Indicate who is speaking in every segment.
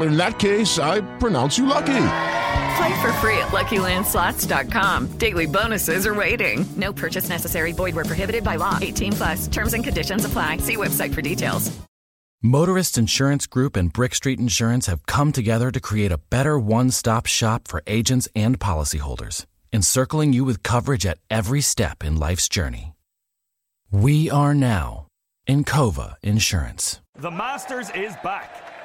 Speaker 1: In that case, I pronounce you lucky.
Speaker 2: Play for free at LuckyLandSlots.com. Daily bonuses are waiting. No purchase necessary. Void were prohibited by law. 18 plus. Terms and conditions apply. See website for details.
Speaker 3: Motorist Insurance Group and Brick Street Insurance have come together to create a better one-stop shop for agents and policyholders, encircling you with coverage at every step in life's journey. We are now Encova Insurance.
Speaker 4: The Masters is back.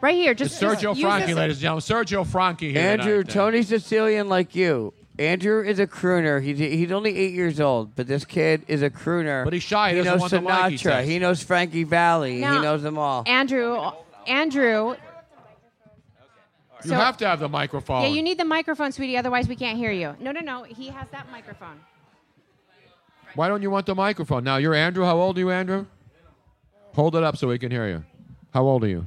Speaker 5: Right here, just
Speaker 6: It's Sergio
Speaker 5: just use
Speaker 6: Franke,
Speaker 5: this-
Speaker 6: ladies and gentlemen. Sergio Franke here.
Speaker 7: Andrew,
Speaker 6: tonight. uh,
Speaker 7: Tony Sicilian, like you. Andrew is a crooner. He's he's only eight years old, but this kid is a crooner.
Speaker 6: But he's shy. He
Speaker 7: He
Speaker 6: doesn't
Speaker 7: knows
Speaker 6: want the mic, he
Speaker 7: Sinatra.
Speaker 6: says.
Speaker 7: he knows Frankie Valley.
Speaker 5: No.
Speaker 7: He knows them all.
Speaker 5: Andrew, Andrew,
Speaker 6: You
Speaker 5: So-
Speaker 6: have to have the microphone.
Speaker 5: yeah, you need the microphone, sweetie. Otherwise, we can't hear you. No, no, no. He has that microphone.
Speaker 6: Why don't you want the microphone? Now, you're Andrew. How old are you, Andrew? Hold it up so we can hear you. How old are you?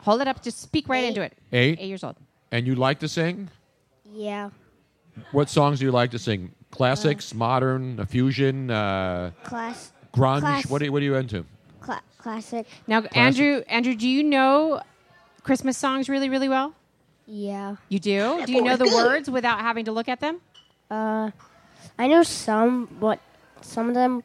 Speaker 5: Hold it up. Just speak right into it.
Speaker 6: Eight?
Speaker 5: Eight years old.
Speaker 6: And you like to sing?
Speaker 8: Yeah, Uh,
Speaker 6: What songs do you like to sing? Classics, modern, a fusion, uh,
Speaker 8: class,
Speaker 6: grunge?
Speaker 8: Class-
Speaker 6: What, are you, what are you into?
Speaker 8: cla- classic.
Speaker 5: Now, Andrew, Andrew, do you know Christmas songs really, really well?
Speaker 8: Yeah,
Speaker 5: You do? Do you know the words without having to look at them?
Speaker 8: uh, I know some, but some of them,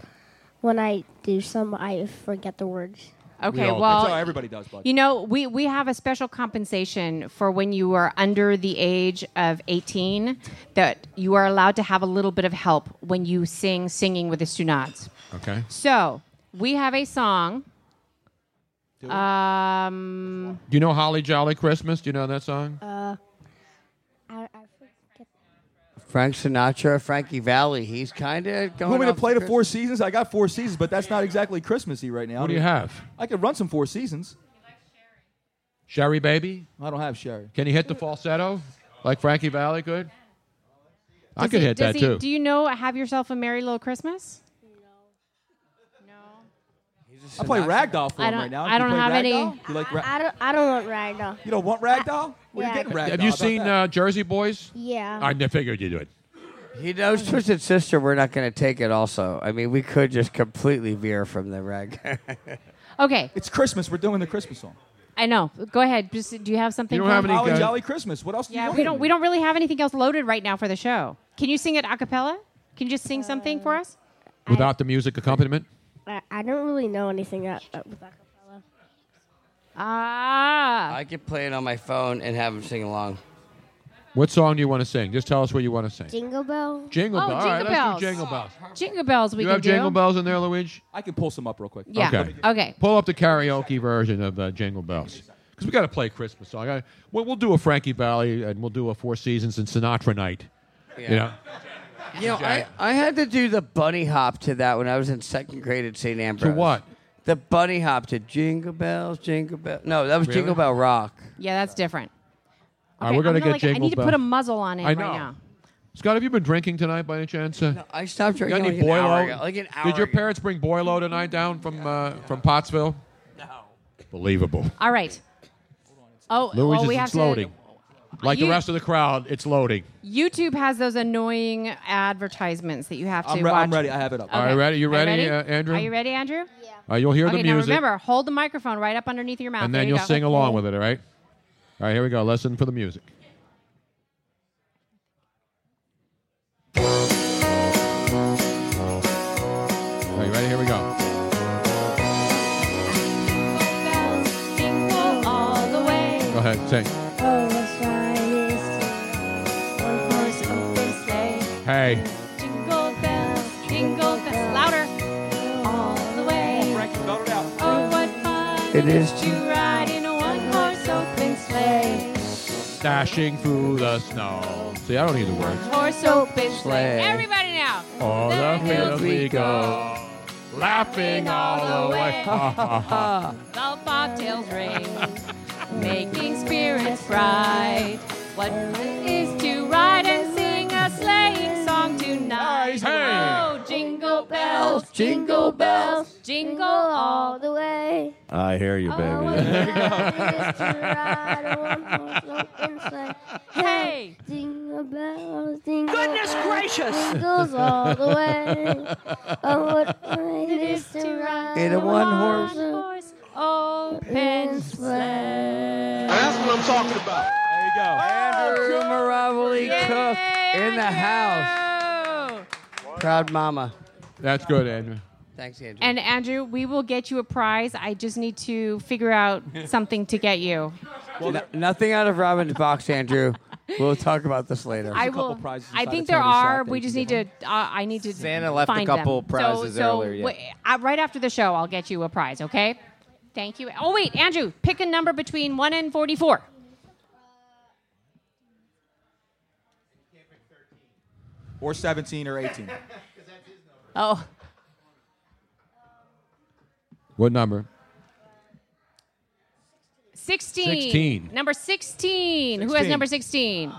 Speaker 8: when I do some, I forget the words.
Speaker 5: Okay,
Speaker 6: all do.
Speaker 5: well,
Speaker 6: That's how everybody does, bud.
Speaker 5: You know, we, we have a special compensation for when you are under the age of 18 that you are allowed to have a little bit of help when you sing singing with the Sunats.
Speaker 6: Okay.
Speaker 5: So, we have a song. Um,
Speaker 6: Do you know Holly Jolly Christmas? Do you know that song?
Speaker 8: I, I forget.
Speaker 7: Frank Sinatra, Frankie Valley. He's kind of going.
Speaker 9: You want me to
Speaker 7: off
Speaker 9: play the
Speaker 7: Chris-
Speaker 9: Four Seasons? I got Four Seasons, but that's not exactly Christmassy right now.
Speaker 6: what do you have?
Speaker 9: I could run some Four Seasons.
Speaker 6: Sherry Baby?
Speaker 9: I don't have Sherry.
Speaker 6: Can he hit the falsetto like Frankie Valley could? I
Speaker 5: does
Speaker 6: could
Speaker 5: he-
Speaker 6: hit
Speaker 5: does
Speaker 6: that
Speaker 5: he-
Speaker 6: too.
Speaker 5: Do you know Have Yourself a Merry Little Christmas?
Speaker 9: I play Ragdoll for
Speaker 5: I
Speaker 9: him
Speaker 5: don't-
Speaker 9: right now.
Speaker 5: I
Speaker 9: You
Speaker 5: don't
Speaker 9: play
Speaker 5: have any-
Speaker 9: Ragdoll? You like ra-
Speaker 8: I don't. I don't want ragdoll.
Speaker 9: You don't want Ragdoll? Where
Speaker 8: Yeah.
Speaker 9: you getting Ragdoll?
Speaker 6: have you
Speaker 9: about
Speaker 6: seen
Speaker 9: that?
Speaker 6: uh, Jersey Boys?
Speaker 8: Yeah.
Speaker 6: I n- figured you would.
Speaker 7: He knows Twisted Sister. We're not going to take it. Also, I mean, we could just completely veer from the reg.
Speaker 5: Okay,
Speaker 9: It's Christmas. We're doing the Christmas song.
Speaker 5: I know. Go ahead. Just do you have something?
Speaker 6: You don't
Speaker 5: for
Speaker 6: have
Speaker 5: him?
Speaker 6: any-
Speaker 9: Holly
Speaker 6: good.
Speaker 9: Jolly Christmas. What else do you
Speaker 5: Yeah,
Speaker 9: want
Speaker 5: we
Speaker 9: from
Speaker 5: don't
Speaker 9: me?
Speaker 5: we don't really have anything else loaded right now for the show. Can you sing it a cappella? Can you just sing something for us?
Speaker 6: Without the music accompaniment?
Speaker 8: I, I don't really know anything that. that- with acapella.
Speaker 5: Ah.
Speaker 7: I could play it on my phone and have them sing along.
Speaker 6: What song do you want to sing? Just tell us what you want to sing.
Speaker 8: Jingle Bell.
Speaker 6: Jingle
Speaker 5: Oh,
Speaker 6: Bell. All right,
Speaker 5: Jingle
Speaker 6: let's do
Speaker 5: Bells.
Speaker 6: Jingle Bells.
Speaker 5: Jingle bells. We
Speaker 6: you
Speaker 5: can
Speaker 6: have Jingle
Speaker 5: do.
Speaker 6: Bells in there, Luigi?
Speaker 9: I can pull some up real quick.
Speaker 5: Yeah.
Speaker 6: Okay.
Speaker 5: Okay.
Speaker 6: Pull up the karaoke version of uh, Jingle Bells. Because we got to play Christmas song. I, we'll, we'll do a Frankie Valley and we'll do a Four Seasons and Sinatra night. You know?
Speaker 7: You know, I, I had to do the bunny hop to that when I was in second grade at St. Ambrose.
Speaker 6: what?
Speaker 7: The bunny hop to Jingle Bells, Jingle Bell. No, that was
Speaker 6: Really?
Speaker 7: Jingle Bell Rock.
Speaker 5: Yeah, that's different.
Speaker 6: All right, we're going to
Speaker 5: I'm
Speaker 6: get
Speaker 5: gonna, like, I
Speaker 6: Jingle
Speaker 5: need to
Speaker 6: Bells.
Speaker 5: put a muzzle on it
Speaker 6: I
Speaker 5: right
Speaker 6: know.
Speaker 5: now.
Speaker 6: Scott, have you been drinking tonight by any chance? No,
Speaker 7: I stopped
Speaker 6: you
Speaker 7: drinking
Speaker 6: got any
Speaker 7: like an
Speaker 6: Boilo?
Speaker 7: hour ago- like an hour
Speaker 6: Did your
Speaker 7: ago.
Speaker 6: parents bring Boilo tonight down from uh, from Pottsville? No. Believable.
Speaker 5: All right. Oh,
Speaker 6: Louis
Speaker 5: well, we have
Speaker 6: it's loading.
Speaker 5: to.
Speaker 6: like
Speaker 5: You-
Speaker 6: the rest of the crowd, it's loading.
Speaker 5: YouTube has those annoying advertisements that you have to
Speaker 6: I'm re-
Speaker 5: watch.
Speaker 6: I'm ready. I have it up. All right, ready? You
Speaker 5: Are
Speaker 6: ready, uh, Andrew?
Speaker 5: Are you ready, Andrew? Yeah.
Speaker 6: Uh, you'll hear
Speaker 5: okay,
Speaker 6: the
Speaker 5: now
Speaker 6: music,
Speaker 5: remember, hold the microphone right up underneath your mouth.
Speaker 6: and
Speaker 5: There
Speaker 6: then
Speaker 5: you
Speaker 6: you'll
Speaker 5: go.
Speaker 6: sing along with it. All right. All right. Here we go. Lesson for the music. Are you ready? Here we go.
Speaker 5: all the way.
Speaker 6: Go ahead, sing.
Speaker 8: Oh, let's ride this sleigh. One horse open sleigh.
Speaker 6: Hey.
Speaker 5: Jingle bells, jingle bells, louder. All the way. Oh, what fun
Speaker 6: It is
Speaker 5: to ride in a one-horse open sleigh.
Speaker 6: dashing through the snow. See, I don't need the words.
Speaker 5: Horse open sleigh.
Speaker 6: Sleigh.
Speaker 5: Everybody now.
Speaker 6: All the fields we go, laughing all the way. Ah. Ha, ha, ha.
Speaker 5: The bobtails ring, making spirits bright. What it is to ride and sing a sleighing song tonight.
Speaker 8: Hey.
Speaker 5: Oh, jingle bells,
Speaker 8: Jingle bells.
Speaker 5: jingle all
Speaker 8: the way.
Speaker 10: I hear you, baby.
Speaker 8: Hey! Jingle bells, jingle
Speaker 11: Goodness
Speaker 8: bells,
Speaker 11: gracious.
Speaker 8: Jingles all the way. Oh, what fun it is to ride
Speaker 7: In a one-horse
Speaker 5: open sleigh.
Speaker 7: That's what I'm talking about.
Speaker 9: There you go.
Speaker 7: Andrew Maravoli Cook in the house.
Speaker 5: Oh.
Speaker 7: Proud mama.
Speaker 6: That's good, Andrew.
Speaker 7: Thanks, Andrew.
Speaker 5: And Andrew, we will get you a prize. I just need to figure out something to get you.
Speaker 7: No- nothing out of Robin's box, Andrew. We'll talk about this later.
Speaker 5: I will. I think there are. We just need to. Uh, I need to.
Speaker 7: Santa left a
Speaker 5: find
Speaker 7: couple
Speaker 5: them.
Speaker 7: prizes
Speaker 5: so, so
Speaker 7: earlier, yeah.
Speaker 5: wa- I- right after the show, I'll get you a prize. Okay. Thank you. Oh wait, Andrew, pick a number between one and forty-four.
Speaker 9: Or 17 or 18.
Speaker 5: Oh,
Speaker 6: What number?
Speaker 5: 16.
Speaker 6: 16.
Speaker 5: Number 16. Who has
Speaker 7: 16?
Speaker 5: number 16?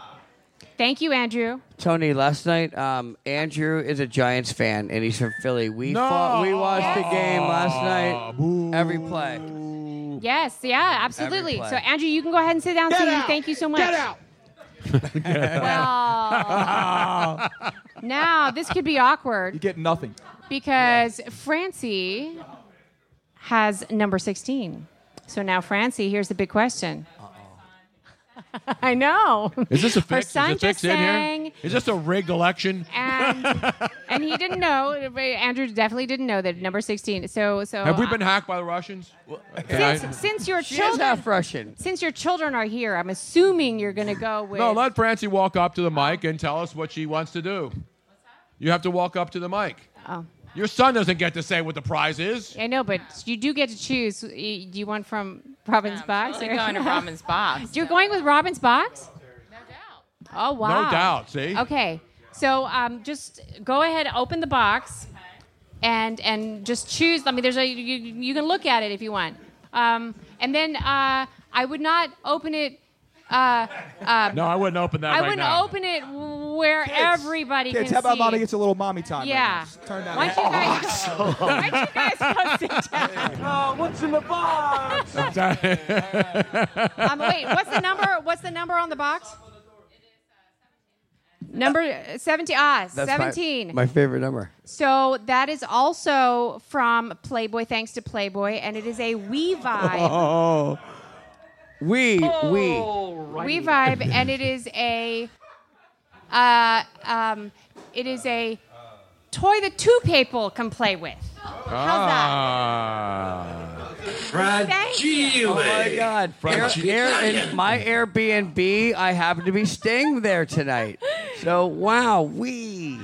Speaker 5: Thank you, Andrew.
Speaker 7: Tony, last night, um, Andrew is a Giants fan, and he's from Philly. We fought, we watched the game last night, every play.
Speaker 5: Yes, yeah, absolutely.
Speaker 7: play.
Speaker 5: So, Andrew, you can go ahead and sit down.
Speaker 7: Get
Speaker 5: Sue.
Speaker 7: out.
Speaker 5: Thank you so much.
Speaker 7: Get out.
Speaker 5: Well, now this could be awkward
Speaker 9: You get nothing.
Speaker 5: because Francie has number 16. So now, Francie, here's the big question. I know.
Speaker 6: Is this a
Speaker 5: Her
Speaker 6: fix?
Speaker 5: son
Speaker 6: Is it
Speaker 5: just
Speaker 6: fixed in
Speaker 5: sang,
Speaker 6: here? Is this a rigged election?
Speaker 5: and and he didn't know. Andrew definitely didn't know that number 16. So so
Speaker 6: Have we been hacked by the Russians?
Speaker 5: since since your
Speaker 7: She is
Speaker 5: children
Speaker 7: half Russian.
Speaker 5: since your children are here, I'm assuming you're going to go with
Speaker 6: No, let Francie walk up to the mic and tell us what she wants to do. You have to walk up to the mic.
Speaker 5: Oh.
Speaker 6: Your son doesn't get to say what the prize is.
Speaker 5: I know, but you do get to choose. Y- Do you want from Robin's box?
Speaker 12: totally going to Robin's
Speaker 5: box. You're going with Robin's box? No doubt. Oh wow.
Speaker 6: No doubt, see?
Speaker 5: Okay, so um, just go ahead, open the box, and and just choose. I mean, there's a you, you can look at it if you want, um, and then uh, I would not open it. Uh, uh,
Speaker 6: No, I wouldn't open that
Speaker 5: I
Speaker 6: right
Speaker 5: wouldn't
Speaker 6: now.
Speaker 5: open it where everybody
Speaker 9: Kids,
Speaker 5: can
Speaker 9: how about
Speaker 5: see.
Speaker 9: mommy gets a little mommy time?
Speaker 5: yeah.
Speaker 9: Turn that
Speaker 5: Why don't you guys
Speaker 9: off.
Speaker 5: go? Why don't you guys go sit down?
Speaker 11: Oh, what's in the box?
Speaker 5: Um, wait, what's the number? What's the number on the box? Number uh, 17. Ah,
Speaker 7: That's my-
Speaker 5: 17.
Speaker 7: My, favorite number.
Speaker 5: so that is also from Playboy, thanks to Playboy, and it is a We Vibe.
Speaker 7: Oh. We, we.
Speaker 5: We Vibe, and it is a. Uh, um, it is a toy that two people can play with.
Speaker 6: Ah.
Speaker 7: Fragile. Oh my God! Air,
Speaker 11: Fragile.
Speaker 7: air, in my Airbnb, I happen to be staying there tonight. So wow, we.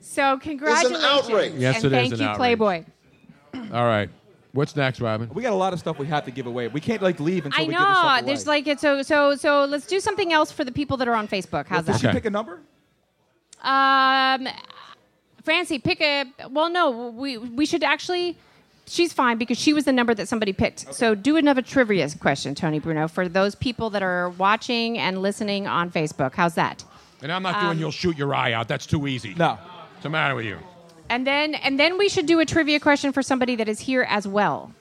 Speaker 5: So congratulations.
Speaker 7: outrage.
Speaker 6: Yes,
Speaker 5: and
Speaker 6: it is
Speaker 5: thank
Speaker 6: an
Speaker 5: you,
Speaker 6: outrage.
Speaker 5: Playboy.
Speaker 6: All right. What's next, Robin?
Speaker 9: We got a lot of stuff we have to give away. We can't like leave until
Speaker 5: I
Speaker 9: we give this stuff
Speaker 5: know.
Speaker 9: away.
Speaker 5: There's like it's so so so. Let's do something else for the people that are on Facebook. How's
Speaker 9: Did
Speaker 5: that?
Speaker 9: she pick a number?
Speaker 5: Um, Francie, pick a. Well, no, we we should actually. She's fine because she was the number that somebody picked. So do another trivia question, Tony Bruno, for those people that are watching and listening on Facebook. How's that?
Speaker 6: And I'm not
Speaker 5: Um,
Speaker 6: doing you'll shoot your eye out. That's too easy. No. What's the matter with you?
Speaker 5: And then and then we should do a trivia question for somebody that is here as well.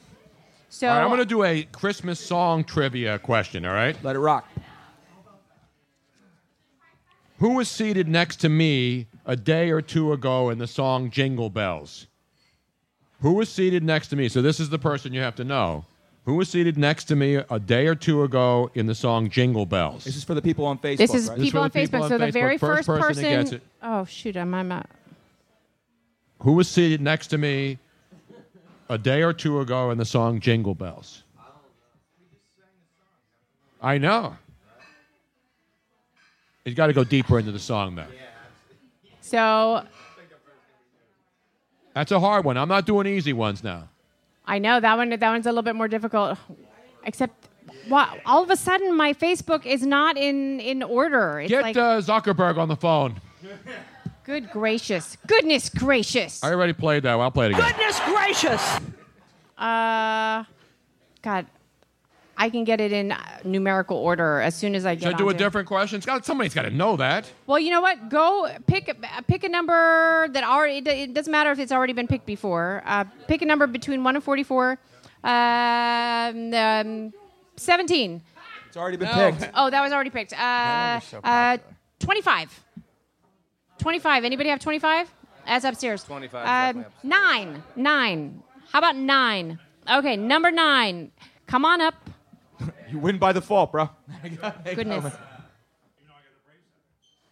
Speaker 5: So
Speaker 6: all right, I'm going to do a Christmas song trivia question, all right?
Speaker 9: Let it rock.
Speaker 6: Who was seated next to me a day or two ago in the song Jingle Bells? Who was seated next to me? So this is the person you have to know. Who was seated next to me a day or two ago in the song Jingle Bells?
Speaker 9: This is for the people on Facebook.
Speaker 5: this is
Speaker 9: right?
Speaker 5: people on
Speaker 6: for the
Speaker 5: Facebook.
Speaker 6: people on
Speaker 5: so the
Speaker 6: Facebook.
Speaker 5: very
Speaker 6: First
Speaker 5: first,
Speaker 6: person that gets it.
Speaker 5: Oh shoot, I'm I'm out.
Speaker 6: Who was seated next to me a day or two ago in the song Jingle Bells? I know. You got to go deeper into the song, though.
Speaker 5: So
Speaker 6: That's a hard one. I'm not doing easy ones now.
Speaker 5: I know that one. That one's a little bit more difficult. Except, wow! All of a sudden, my Facebook is not in in order. It's
Speaker 6: Get
Speaker 5: like,
Speaker 6: uh, Zuckerberg on the phone.
Speaker 5: good gracious, goodness gracious,
Speaker 6: I already played that. One. I'll play it again.
Speaker 5: goodness gracious. Uh, God, I can get it in uh, numerical order as soon as I get.
Speaker 6: Should I do a
Speaker 5: onto-
Speaker 6: different question? It's got, somebody's got to know that.
Speaker 5: Well, you know what? Go pick a- pick a number that already. It, it doesn't matter if it's already been picked before. Uh, pick a number between one and forty-four. Um, um, Seventeen.
Speaker 9: It's already been
Speaker 5: No.
Speaker 9: picked.
Speaker 5: Oh, that was already picked. Uh,
Speaker 9: number's so
Speaker 5: uh, 25. 25. Anybody have 25? That's upstairs.
Speaker 10: 25 is
Speaker 5: Uh,
Speaker 10: definitely
Speaker 5: Nine. Nine. How about nine? Okay, number nine. Come on up.
Speaker 9: You win by default, bro.
Speaker 5: Goodness.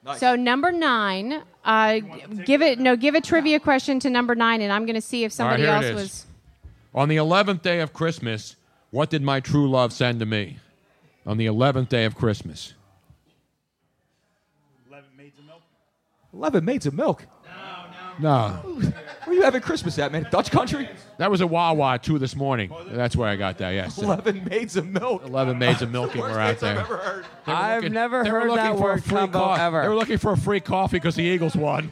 Speaker 9: Nice.
Speaker 5: So number nine, uh, give it no, give a trivia question to number nine, and I'm going to see if somebody
Speaker 6: All right, here
Speaker 5: else
Speaker 6: it
Speaker 5: was.
Speaker 6: is. On the 11th day of Christmas, what did my true love send to me? On the 11th day of Christmas.
Speaker 9: Eleven maids of milk.
Speaker 6: No.
Speaker 9: Where you having Christmas at, man? Dutch country?
Speaker 6: That was a Wawa, too, this morning. That's where I got that, yes.
Speaker 9: 11 maids of milk.
Speaker 6: 11 maids of milking were out there. They were
Speaker 7: I've
Speaker 6: looking-
Speaker 7: never
Speaker 6: they were
Speaker 7: heard
Speaker 6: looking
Speaker 7: that
Speaker 6: for a
Speaker 7: word
Speaker 6: free
Speaker 7: combo
Speaker 6: co-
Speaker 7: ever.
Speaker 6: They were looking for a free coffee because the Eagles won.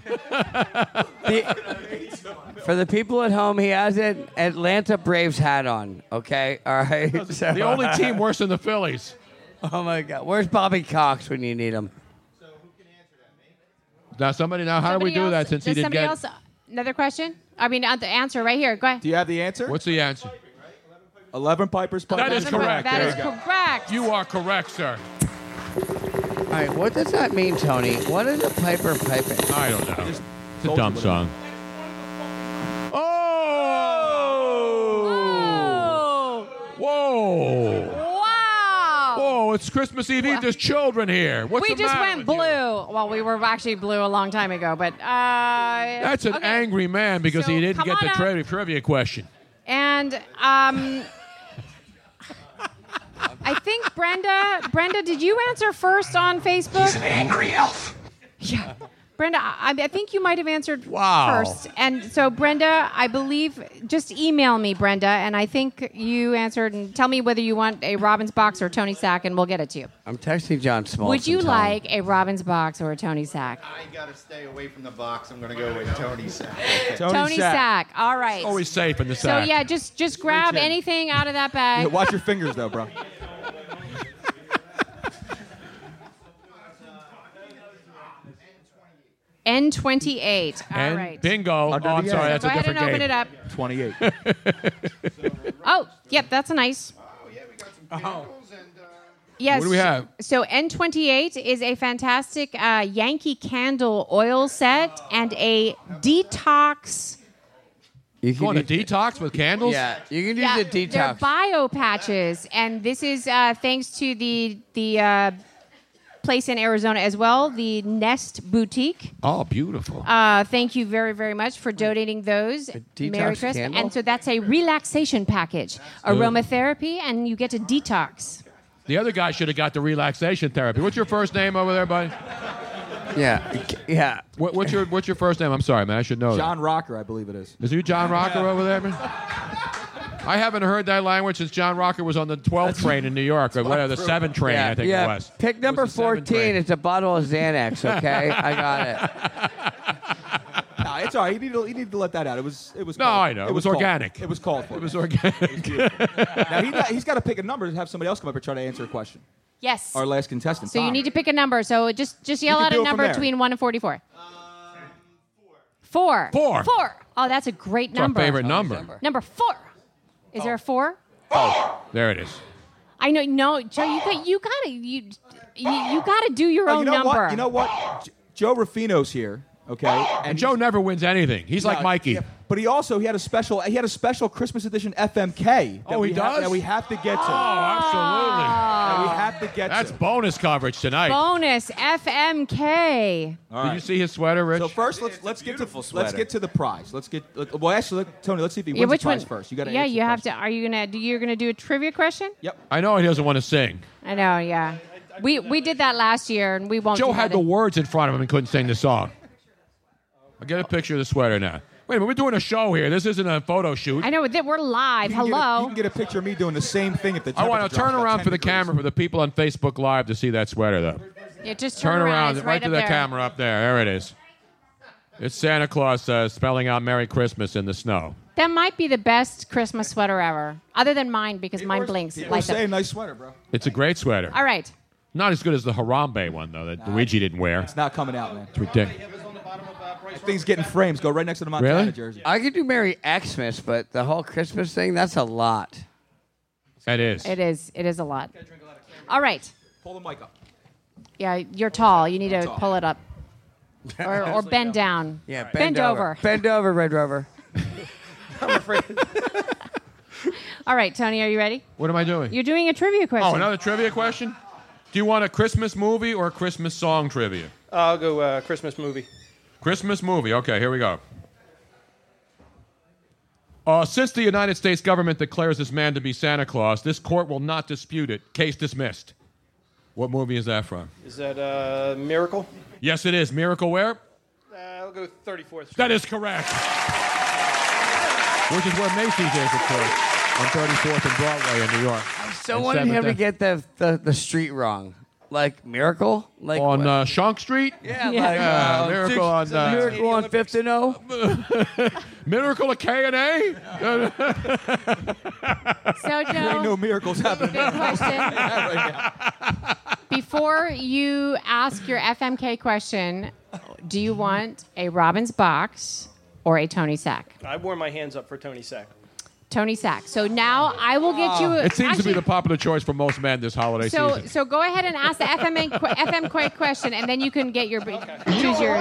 Speaker 7: For the people at home, he has an Atlanta Braves hat on. Okay, all right.
Speaker 6: the only team worse than the Phillies.
Speaker 7: Oh my God, where's Bobby Cox when you need him?
Speaker 6: Now, somebody, now, how
Speaker 5: Somebody
Speaker 6: do we do
Speaker 5: else-
Speaker 6: that since he
Speaker 5: does
Speaker 6: didn't
Speaker 5: somebody
Speaker 6: get
Speaker 5: else? Another question? I mean, uh, the answer right here. Go ahead.
Speaker 9: Do you have the answer?
Speaker 6: What's the answer?
Speaker 9: 11 Piper's Pipers.
Speaker 6: That is correct.
Speaker 5: That
Speaker 6: There
Speaker 5: is
Speaker 6: you go.
Speaker 5: correct.
Speaker 6: You are correct, sir.
Speaker 7: All right, what does that mean, Tony? What is a piper piping?
Speaker 6: I don't know. It's a dumb song.
Speaker 5: Oh.
Speaker 6: Whoa.
Speaker 5: Wow.
Speaker 6: Whoa, it's Christmas Eve Eve. There's children here. What's
Speaker 5: we
Speaker 6: the
Speaker 5: just
Speaker 6: matter
Speaker 5: went
Speaker 6: with
Speaker 5: blue. Well, we were actually blue a long time ago, but uh,
Speaker 6: you? That's an angry man because
Speaker 5: So
Speaker 6: he didn't
Speaker 5: come
Speaker 6: get the
Speaker 5: on up.
Speaker 6: tri- trivia question.
Speaker 5: and um, I think Brenda. Brenda, did you answer first on Facebook? He's an angry elf. Yeah, Brenda, I, I think you might have answered
Speaker 6: Wow.
Speaker 5: first. And so, Brenda, I believe just email me, Brenda, and I think you answered. And tell me whether you want a Robbins box or Tony Sack, and we'll get it to you.
Speaker 7: I'm texting John Small.
Speaker 5: Would you like a Robbins box or a Tony Sack?
Speaker 12: I gotta stay away from the box. I'm gonna go with Tony Sack.
Speaker 5: Tony, Sack. All right.
Speaker 6: Always safe in the
Speaker 5: So
Speaker 6: sack.
Speaker 5: yeah, just just grab
Speaker 6: in.
Speaker 5: anything out of that bag.
Speaker 9: Yeah, watch your fingers, though, bro.
Speaker 5: N28. All right.
Speaker 6: and bingo.
Speaker 9: Under
Speaker 6: oh, I'm
Speaker 9: the
Speaker 6: sorry,
Speaker 9: egg.
Speaker 6: that's
Speaker 5: Go
Speaker 6: a
Speaker 5: ahead
Speaker 6: different
Speaker 5: and
Speaker 6: game.
Speaker 5: open it up.
Speaker 9: 28.
Speaker 5: Oh, yep, that's a nice. Yes.
Speaker 6: What do we have?
Speaker 5: So N28 is a fantastic uh, Yankee candle oil set and a detox.
Speaker 7: You
Speaker 6: can a detox with candles?
Speaker 7: Yeah, you can do
Speaker 5: Yeah,
Speaker 7: the
Speaker 5: They're
Speaker 7: detox.
Speaker 5: bio patches, and this is uh, thanks to the the uh, place in Arizona as well, the Nest Boutique.
Speaker 6: Oh, beautiful.
Speaker 5: Uh, thank you very, very much for donating those.
Speaker 6: detox
Speaker 5: Merry Christmas.
Speaker 6: candle?
Speaker 5: And so that's a relaxation package,
Speaker 6: good.
Speaker 5: aromatherapy, and you get to detox.
Speaker 6: The other guy should have got the relaxation therapy. What's your first name over there, buddy?
Speaker 7: Yeah, yeah.
Speaker 6: What, what's your What's your first name? I'm sorry, man. I should know.
Speaker 9: John Rocker, I believe it is.
Speaker 6: That. Is you John Rocker
Speaker 9: Yeah.
Speaker 6: over there, man? I haven't heard that language since John Rocker was on the 12 train in New York, or whatever, the 7 train,
Speaker 7: yeah,
Speaker 6: I think
Speaker 7: yeah.
Speaker 6: it was.
Speaker 7: Pick number 14. It's a bottle of Xanax, okay? I got it.
Speaker 9: Nah, it's all right. You need, to, you need to let that out. It was it was.
Speaker 6: No,
Speaker 9: called-
Speaker 6: I know. It was
Speaker 9: called-
Speaker 6: organic.
Speaker 9: It was called for. It
Speaker 6: was organic.
Speaker 9: now he, he's got to pick a number and have somebody else come up and try to answer a question.
Speaker 5: Yes.
Speaker 9: Our last contestant.
Speaker 5: So you
Speaker 9: Bob.
Speaker 5: need to pick a number. So just just yell
Speaker 9: You
Speaker 5: out
Speaker 9: can do
Speaker 5: a
Speaker 9: it from
Speaker 5: number
Speaker 9: there.
Speaker 5: between one and forty-four. Four.
Speaker 6: Um, Four.
Speaker 5: Four. Oh, that's a great
Speaker 6: It's our
Speaker 5: number.
Speaker 6: favorite number. Oh.
Speaker 5: Number four. Is there a four?
Speaker 6: There it is.
Speaker 5: I know. No, Joe, you got you gotta you you, you gotta do your
Speaker 9: Oh,
Speaker 5: own
Speaker 9: you know
Speaker 5: number.
Speaker 9: What? You know what? J- Joe Rufino's here. Okay. And Joe
Speaker 6: never wins anything. He's like Mikey.
Speaker 9: but he also he had a special he had a special Christmas edition FMK. that
Speaker 6: Oh, he
Speaker 9: we have-
Speaker 6: does?
Speaker 9: that we have to get to. Oh,
Speaker 6: absolutely.
Speaker 9: That we have to get
Speaker 6: That's
Speaker 9: to.
Speaker 6: bonus coverage tonight.
Speaker 5: Bonus FMK.
Speaker 6: Did you see his sweater, Rich?
Speaker 9: So first, let's let's get to let's
Speaker 6: sweater.
Speaker 9: get to the prize. Let's get let- well. Actually, let, Tony, let's see if he wins
Speaker 5: Yeah, which
Speaker 9: the prize
Speaker 5: one
Speaker 9: first. You got to
Speaker 5: Yeah, you have to. Are you gonna do? You're gonna do a trivia question?
Speaker 9: Yep.
Speaker 6: I know he doesn't want to sing.
Speaker 5: I know. Yeah. We we did that last year, and we won't.
Speaker 6: Joe
Speaker 5: do that
Speaker 6: had the
Speaker 5: ag-
Speaker 6: words in front of him and couldn't sing the song. I get a picture of the sweater now. Wait a minute, we're doing a show here. This isn't a photo shoot.
Speaker 5: I know that we're live. Hello.
Speaker 9: you can get a picture of me doing the same thing at the.
Speaker 6: I want to
Speaker 9: temperature
Speaker 6: turn
Speaker 9: drops by
Speaker 6: around
Speaker 9: 10
Speaker 6: for the
Speaker 9: degrees.
Speaker 6: camera for the people on Facebook Live to see that sweater, though.
Speaker 5: yeah, just
Speaker 6: Turn, around,
Speaker 5: It's
Speaker 6: right,
Speaker 5: right
Speaker 6: to
Speaker 5: up
Speaker 6: the
Speaker 5: there.
Speaker 6: camera up there. There it is. It's Santa Claus uh, spelling out Merry Christmas in the snow.
Speaker 5: That might be the best Christmas sweater ever, other than mine because mine blinks.
Speaker 9: People
Speaker 5: like
Speaker 9: say
Speaker 5: that.
Speaker 9: nice sweater, bro.
Speaker 6: It's a great sweater.
Speaker 5: All right.
Speaker 6: Not as good as the Harambe one, though, that Luigi didn't wear. It's
Speaker 9: not coming out, man.
Speaker 6: It's ridiculous.
Speaker 9: Things getting frames. Go right next to the Montana
Speaker 6: Really?
Speaker 9: jersey.
Speaker 7: I could do Merry Xmas, but the whole Christmas thing, that's a lot.
Speaker 6: That is.
Speaker 5: It is. It is a lot. All right.
Speaker 9: Pull the mic up.
Speaker 5: Yeah, you're tall. You need to pull it up, or, or bend down.
Speaker 7: Yeah, bend,
Speaker 5: over.
Speaker 7: Bend over, Red Rover.
Speaker 5: All right, Tony, are you ready?
Speaker 6: What am I doing?
Speaker 5: You're doing a trivia question.
Speaker 6: Oh, another trivia question? Do you want a Christmas movie or a Christmas song trivia?
Speaker 10: I'll go uh, Christmas movie.
Speaker 6: Christmas movie. Okay, here we go. Uh, since the United States government declares this man to be Santa Claus, this court will not dispute it. Case dismissed. What movie is that from?
Speaker 10: Is that uh, Miracle?
Speaker 6: Yes, it is. Miracle Where?
Speaker 10: Uh, I'll go 34th.
Speaker 6: That is correct. Which is where Macy's is, of course, on 34th and Broadway in New York. I
Speaker 7: So wanted him to get the, the, the street wrong. Like Miracle? Like
Speaker 6: on
Speaker 7: what?
Speaker 6: uh, Shank Street.
Speaker 7: Yeah,
Speaker 6: Yeah,
Speaker 7: like, uh,
Speaker 6: Miracle
Speaker 7: six-
Speaker 6: on uh,
Speaker 7: Miracle on Fifth and O.
Speaker 6: Miracle of K and A.
Speaker 5: So, Joe,
Speaker 9: Ain't no miracles happening.
Speaker 5: big question. Before you ask your FMK question, do you want a Robbins box or a Tony Sack?
Speaker 10: I wore my hands up for Tony Sack.
Speaker 5: Tony Sack. So now I will get you.
Speaker 6: It seems to be
Speaker 5: actually-
Speaker 6: the popular choice for most men this holiday
Speaker 5: So,
Speaker 6: season.
Speaker 5: so go ahead and ask the FMA, qu- FMK question, and then you can get your choose your.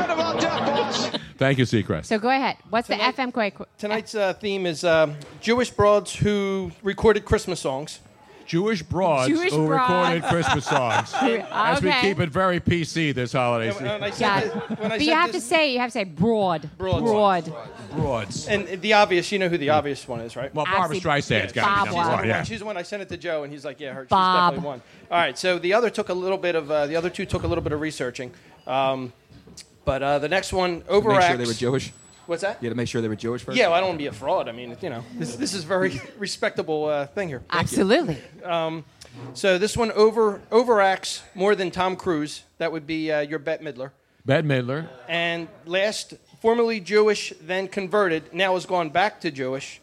Speaker 6: Thank you, Seacrest.
Speaker 5: So go ahead. What's the FMK? qu-
Speaker 10: Tonight's uh, theme is um, Jewish broads who recorded Christmas songs.
Speaker 6: Jewish broads
Speaker 10: Jewish
Speaker 6: who
Speaker 10: broads.
Speaker 6: recorded Christmas songs.
Speaker 10: Okay.
Speaker 6: As we keep it very PC this holiday
Speaker 10: And when I
Speaker 6: season.
Speaker 10: said
Speaker 5: Yeah.
Speaker 10: this- when I
Speaker 5: But you
Speaker 10: said
Speaker 5: have to
Speaker 10: this-
Speaker 5: say you have to say broad. Broad.
Speaker 6: Broads.
Speaker 10: And the obvious, you know who the obvious one is, right?
Speaker 6: Well, Barbra Obviously, Streisand's
Speaker 10: Yeah,
Speaker 6: gotta be number
Speaker 10: she's
Speaker 6: one,
Speaker 10: one.
Speaker 6: yeah.
Speaker 10: She's the one. I sent it to Joe, and he's like, "Yeah, her, she's
Speaker 5: Bob.
Speaker 10: definitely one." All right, so the other took a little bit of uh, the other two took a little bit of researching, um, but uh, the next one overacts.
Speaker 9: Make sure they were Jewish.
Speaker 10: What's that?
Speaker 9: You had to make sure they were Jewish first.
Speaker 10: Yeah, well, I don't want to be a fraud. I mean, you know, this, this is very respectable uh, thing here.
Speaker 5: Absolutely.
Speaker 10: Um, so this one over overacts more than Tom Cruise. That would be uh, your Bette Midler.
Speaker 6: Bette Midler.
Speaker 10: And last, formerly Jewish, then converted, now has gone back to Jewish.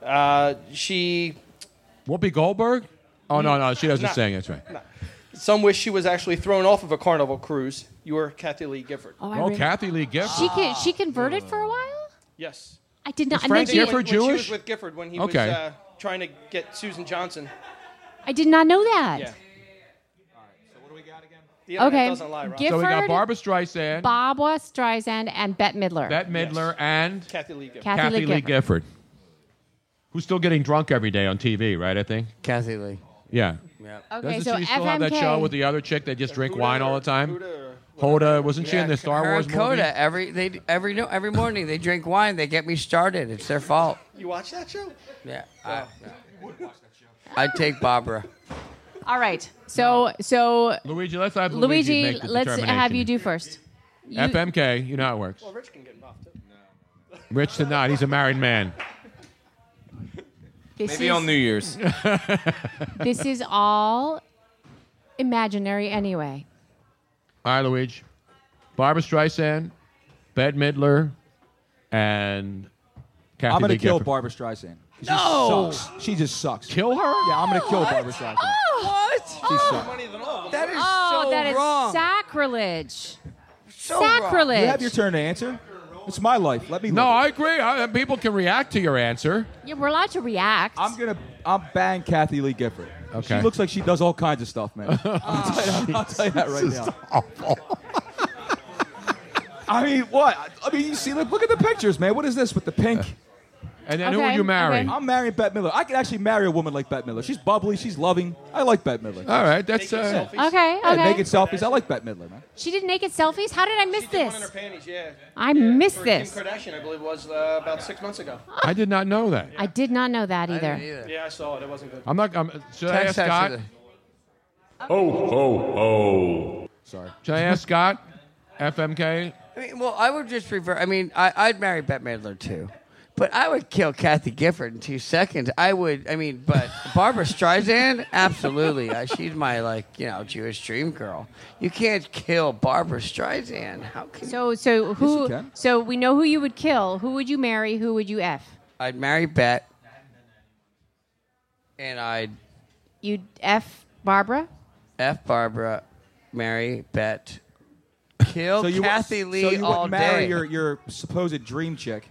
Speaker 10: Uh, she.
Speaker 6: Whoopi Goldberg? Oh, no, no, she doesn't
Speaker 10: Nah.
Speaker 6: sing. That's right.
Speaker 10: Nah. Some wish she was actually thrown off of a carnival cruise. You were Kathy Lee Gifford.
Speaker 5: Oh, I
Speaker 6: Oh,
Speaker 5: really-
Speaker 6: Kathy Lee Gifford.
Speaker 5: She can, she converted for a while.
Speaker 10: Yes.
Speaker 5: I did not.
Speaker 6: Was Frank
Speaker 5: I, meant
Speaker 6: Gifford
Speaker 10: when, She
Speaker 6: Jewish?
Speaker 10: was with Gifford when he
Speaker 6: Okay.
Speaker 10: was uh, trying to get Susan Johnson.
Speaker 5: I did not know that.
Speaker 10: Yeah. The internet
Speaker 5: Okay.
Speaker 10: doesn't lie, Rob.
Speaker 6: so we got
Speaker 5: Gifford,
Speaker 6: Barbara Streisand,
Speaker 5: Barbra Streisand, and Bette Midler.
Speaker 6: Bette Midler, and
Speaker 10: Kathy Lee Gifford.
Speaker 5: Kathy Lee
Speaker 6: Lee Gifford. Who's still getting drunk every day on TV, right? I think.
Speaker 7: Kathy Lee.
Speaker 6: Yeah.
Speaker 7: Yeah.
Speaker 5: Okay,
Speaker 6: Doesn't
Speaker 5: so
Speaker 6: she still have that
Speaker 5: FMK.
Speaker 6: show with the other chick that just drink wine all the time? Hoda, wasn't she in the Star
Speaker 7: her
Speaker 6: Wars
Speaker 7: and
Speaker 6: movie?
Speaker 7: Coda, every they every no every morning they drink wine. They get me started. It's their fault.
Speaker 10: You watch that show?
Speaker 7: Yeah.
Speaker 10: I,
Speaker 7: I take Barbara.
Speaker 5: All right. So so
Speaker 6: Luigi, let's have Luigi,
Speaker 5: Luigi,
Speaker 6: make the
Speaker 5: let's have
Speaker 6: determination.
Speaker 5: you do first. You-
Speaker 6: FMK, you know how it works.
Speaker 10: Well, Rich can get involved too.
Speaker 6: Rich did not. He's a married man.
Speaker 5: This
Speaker 13: Maybe
Speaker 5: is,
Speaker 13: on New Year's.
Speaker 5: this is all imaginary anyway.
Speaker 6: All right, Luigi. Barbara Streisand, Bette Midler, and Kathy
Speaker 9: I'm gonna
Speaker 6: Lee
Speaker 9: kill
Speaker 6: Gifford.
Speaker 9: Barbara Streisand. She
Speaker 7: No!
Speaker 9: sucks. She just sucks.
Speaker 6: Kill her?
Speaker 9: Yeah, I'm gonna kill Barbara Streisand.
Speaker 7: What?
Speaker 9: She sucks.
Speaker 7: That is
Speaker 5: oh,
Speaker 7: so
Speaker 5: that is
Speaker 7: wrong.
Speaker 5: sacrilege.
Speaker 7: So wrong.
Speaker 5: sacrilege.
Speaker 9: You have your turn to answer. It's my life. Let me.
Speaker 6: No, Oh, I agree. I, people can react to your answer.
Speaker 5: yeah, we're allowed to react.
Speaker 9: I'm gonna. I'm bang Kathy Lee Gifford.
Speaker 6: Okay.
Speaker 9: She looks like she does all kinds of stuff, man. I'll, tell you, I'll tell you that right
Speaker 6: This is
Speaker 9: now. I mean, what? I mean, you see, look, look at the pictures, man. What is this with the pink?
Speaker 6: And then who will Okay, you marry? okay.
Speaker 9: I'm marrying Bette Miller. I could actually marry a woman like Bette Miller. She's bubbly. She's loving. I like Bette Miller.
Speaker 6: All right, that's uh,
Speaker 5: Okay,
Speaker 9: Yeah,
Speaker 5: okay.
Speaker 9: naked selfies. I like Bette Midler, man.
Speaker 5: she did naked selfies. How did I miss
Speaker 10: One in her
Speaker 5: this?
Speaker 10: panties, yeah.
Speaker 5: I missed
Speaker 10: For
Speaker 5: this.
Speaker 10: Kim Kardashian, I believe, was uh, about six months ago.
Speaker 6: I did not know that.
Speaker 5: I did not know that either.
Speaker 10: Yeah, I saw it. It wasn't good.
Speaker 6: I'm not. I'm, should I ask
Speaker 10: Text
Speaker 6: Scott?
Speaker 10: actually.
Speaker 6: Ho ho ho! Sorry. Should I ask Scott? FMK.
Speaker 7: I mean, well, I would just refer. I mean, I, I'd marry Bette Midler too, but I would kill Kathy Gifford in two seconds. I would. I mean, but Barbara Streisand, absolutely. I, she's my like you know Jewish dream girl. You can't kill Barbara Streisand. How can
Speaker 5: So so who?
Speaker 7: can.
Speaker 5: so we know who you would kill. Who would you marry? Who would you f?
Speaker 7: I'd marry Bette, and I'd
Speaker 5: You'd f Barbara.
Speaker 7: f Barbara, marry Bette, kill
Speaker 9: you wouldn't-
Speaker 7: Kathy Lee
Speaker 9: so you
Speaker 7: all
Speaker 9: wouldn't marry
Speaker 7: day.
Speaker 9: your your supposed dream chick.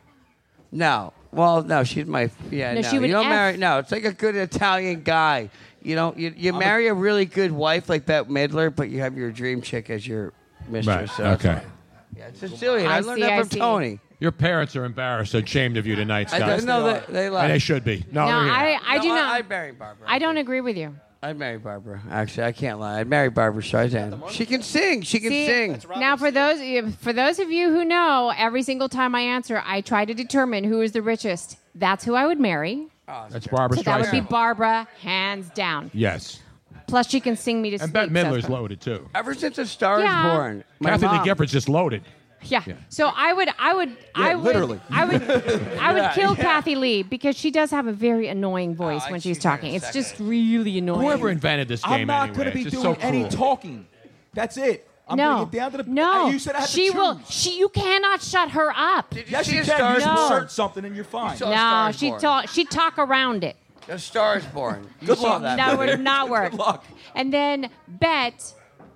Speaker 7: No. Well, no, she's my yeah.
Speaker 9: No,
Speaker 7: No,
Speaker 9: she would
Speaker 7: you don't
Speaker 9: F-
Speaker 7: marry. No, it's like a good Italian guy. You don't. You, you marry a, really good wife like that Midler, but you have your dream chick as your mistress. so that's
Speaker 6: Okay.
Speaker 7: fine. Yeah, it's Sicilian. I,
Speaker 5: I
Speaker 7: learned
Speaker 5: see,
Speaker 7: that
Speaker 5: I
Speaker 7: from
Speaker 5: see.
Speaker 7: Tony.
Speaker 6: Your parents are embarrassed and ashamed of you tonight,
Speaker 7: I
Speaker 6: Scott.
Speaker 7: don't know that they laugh.
Speaker 6: And they should be. No,
Speaker 5: no,
Speaker 6: they're here.
Speaker 5: I, I do
Speaker 7: No, I-
Speaker 5: not.
Speaker 7: I'd marry Barbara.
Speaker 5: I don't agree with you.
Speaker 7: I'd marry Barbara. Actually, I can't lie. I'd marry Barbara Streisand. She can sing. She can
Speaker 5: See,
Speaker 7: sing.
Speaker 5: now for those for those of you who know, every single time I answer, I try to determine who is the richest. That's who I would marry.
Speaker 7: Oh,
Speaker 6: That's Barbara
Speaker 5: so
Speaker 6: Streisand.
Speaker 5: that would be Barbara, hands down.
Speaker 6: yes.
Speaker 5: Plus, she can sing me to
Speaker 6: And
Speaker 5: sleep.
Speaker 6: Bette Midler's
Speaker 5: so-
Speaker 6: loaded too.
Speaker 7: Ever since A Star
Speaker 5: Yeah.
Speaker 7: Is Born, my
Speaker 6: Kathy Lee
Speaker 7: mom-
Speaker 6: Gifford's just loaded.
Speaker 5: Yeah. So I would, I would, I would,
Speaker 6: literally.
Speaker 5: I would, I would
Speaker 7: Yeah,
Speaker 5: kill
Speaker 7: yeah. Oh,
Speaker 5: Kathy Lee because she does have a very annoying voice when she's talking. It's just really annoying.
Speaker 6: Whoever invented this game
Speaker 9: I'm not
Speaker 6: anyway.
Speaker 9: gonna
Speaker 6: it's
Speaker 9: be
Speaker 6: just
Speaker 9: doing
Speaker 6: so
Speaker 9: any
Speaker 6: cruel.
Speaker 9: talking. That's it. I'm
Speaker 5: no,
Speaker 9: gonna get down to the.
Speaker 5: no.
Speaker 9: You said I had
Speaker 5: she
Speaker 9: to
Speaker 5: will.
Speaker 9: choose.
Speaker 5: She, you cannot shut her up.
Speaker 9: Yes, you can. You
Speaker 5: no.
Speaker 9: insert something and you're fine.
Speaker 5: No, she talk. She talk around it.
Speaker 7: A Star Is Born. You
Speaker 9: Good
Speaker 7: saw
Speaker 9: luck.
Speaker 7: that.
Speaker 5: That
Speaker 7: movie.
Speaker 5: would not work. And then Bet,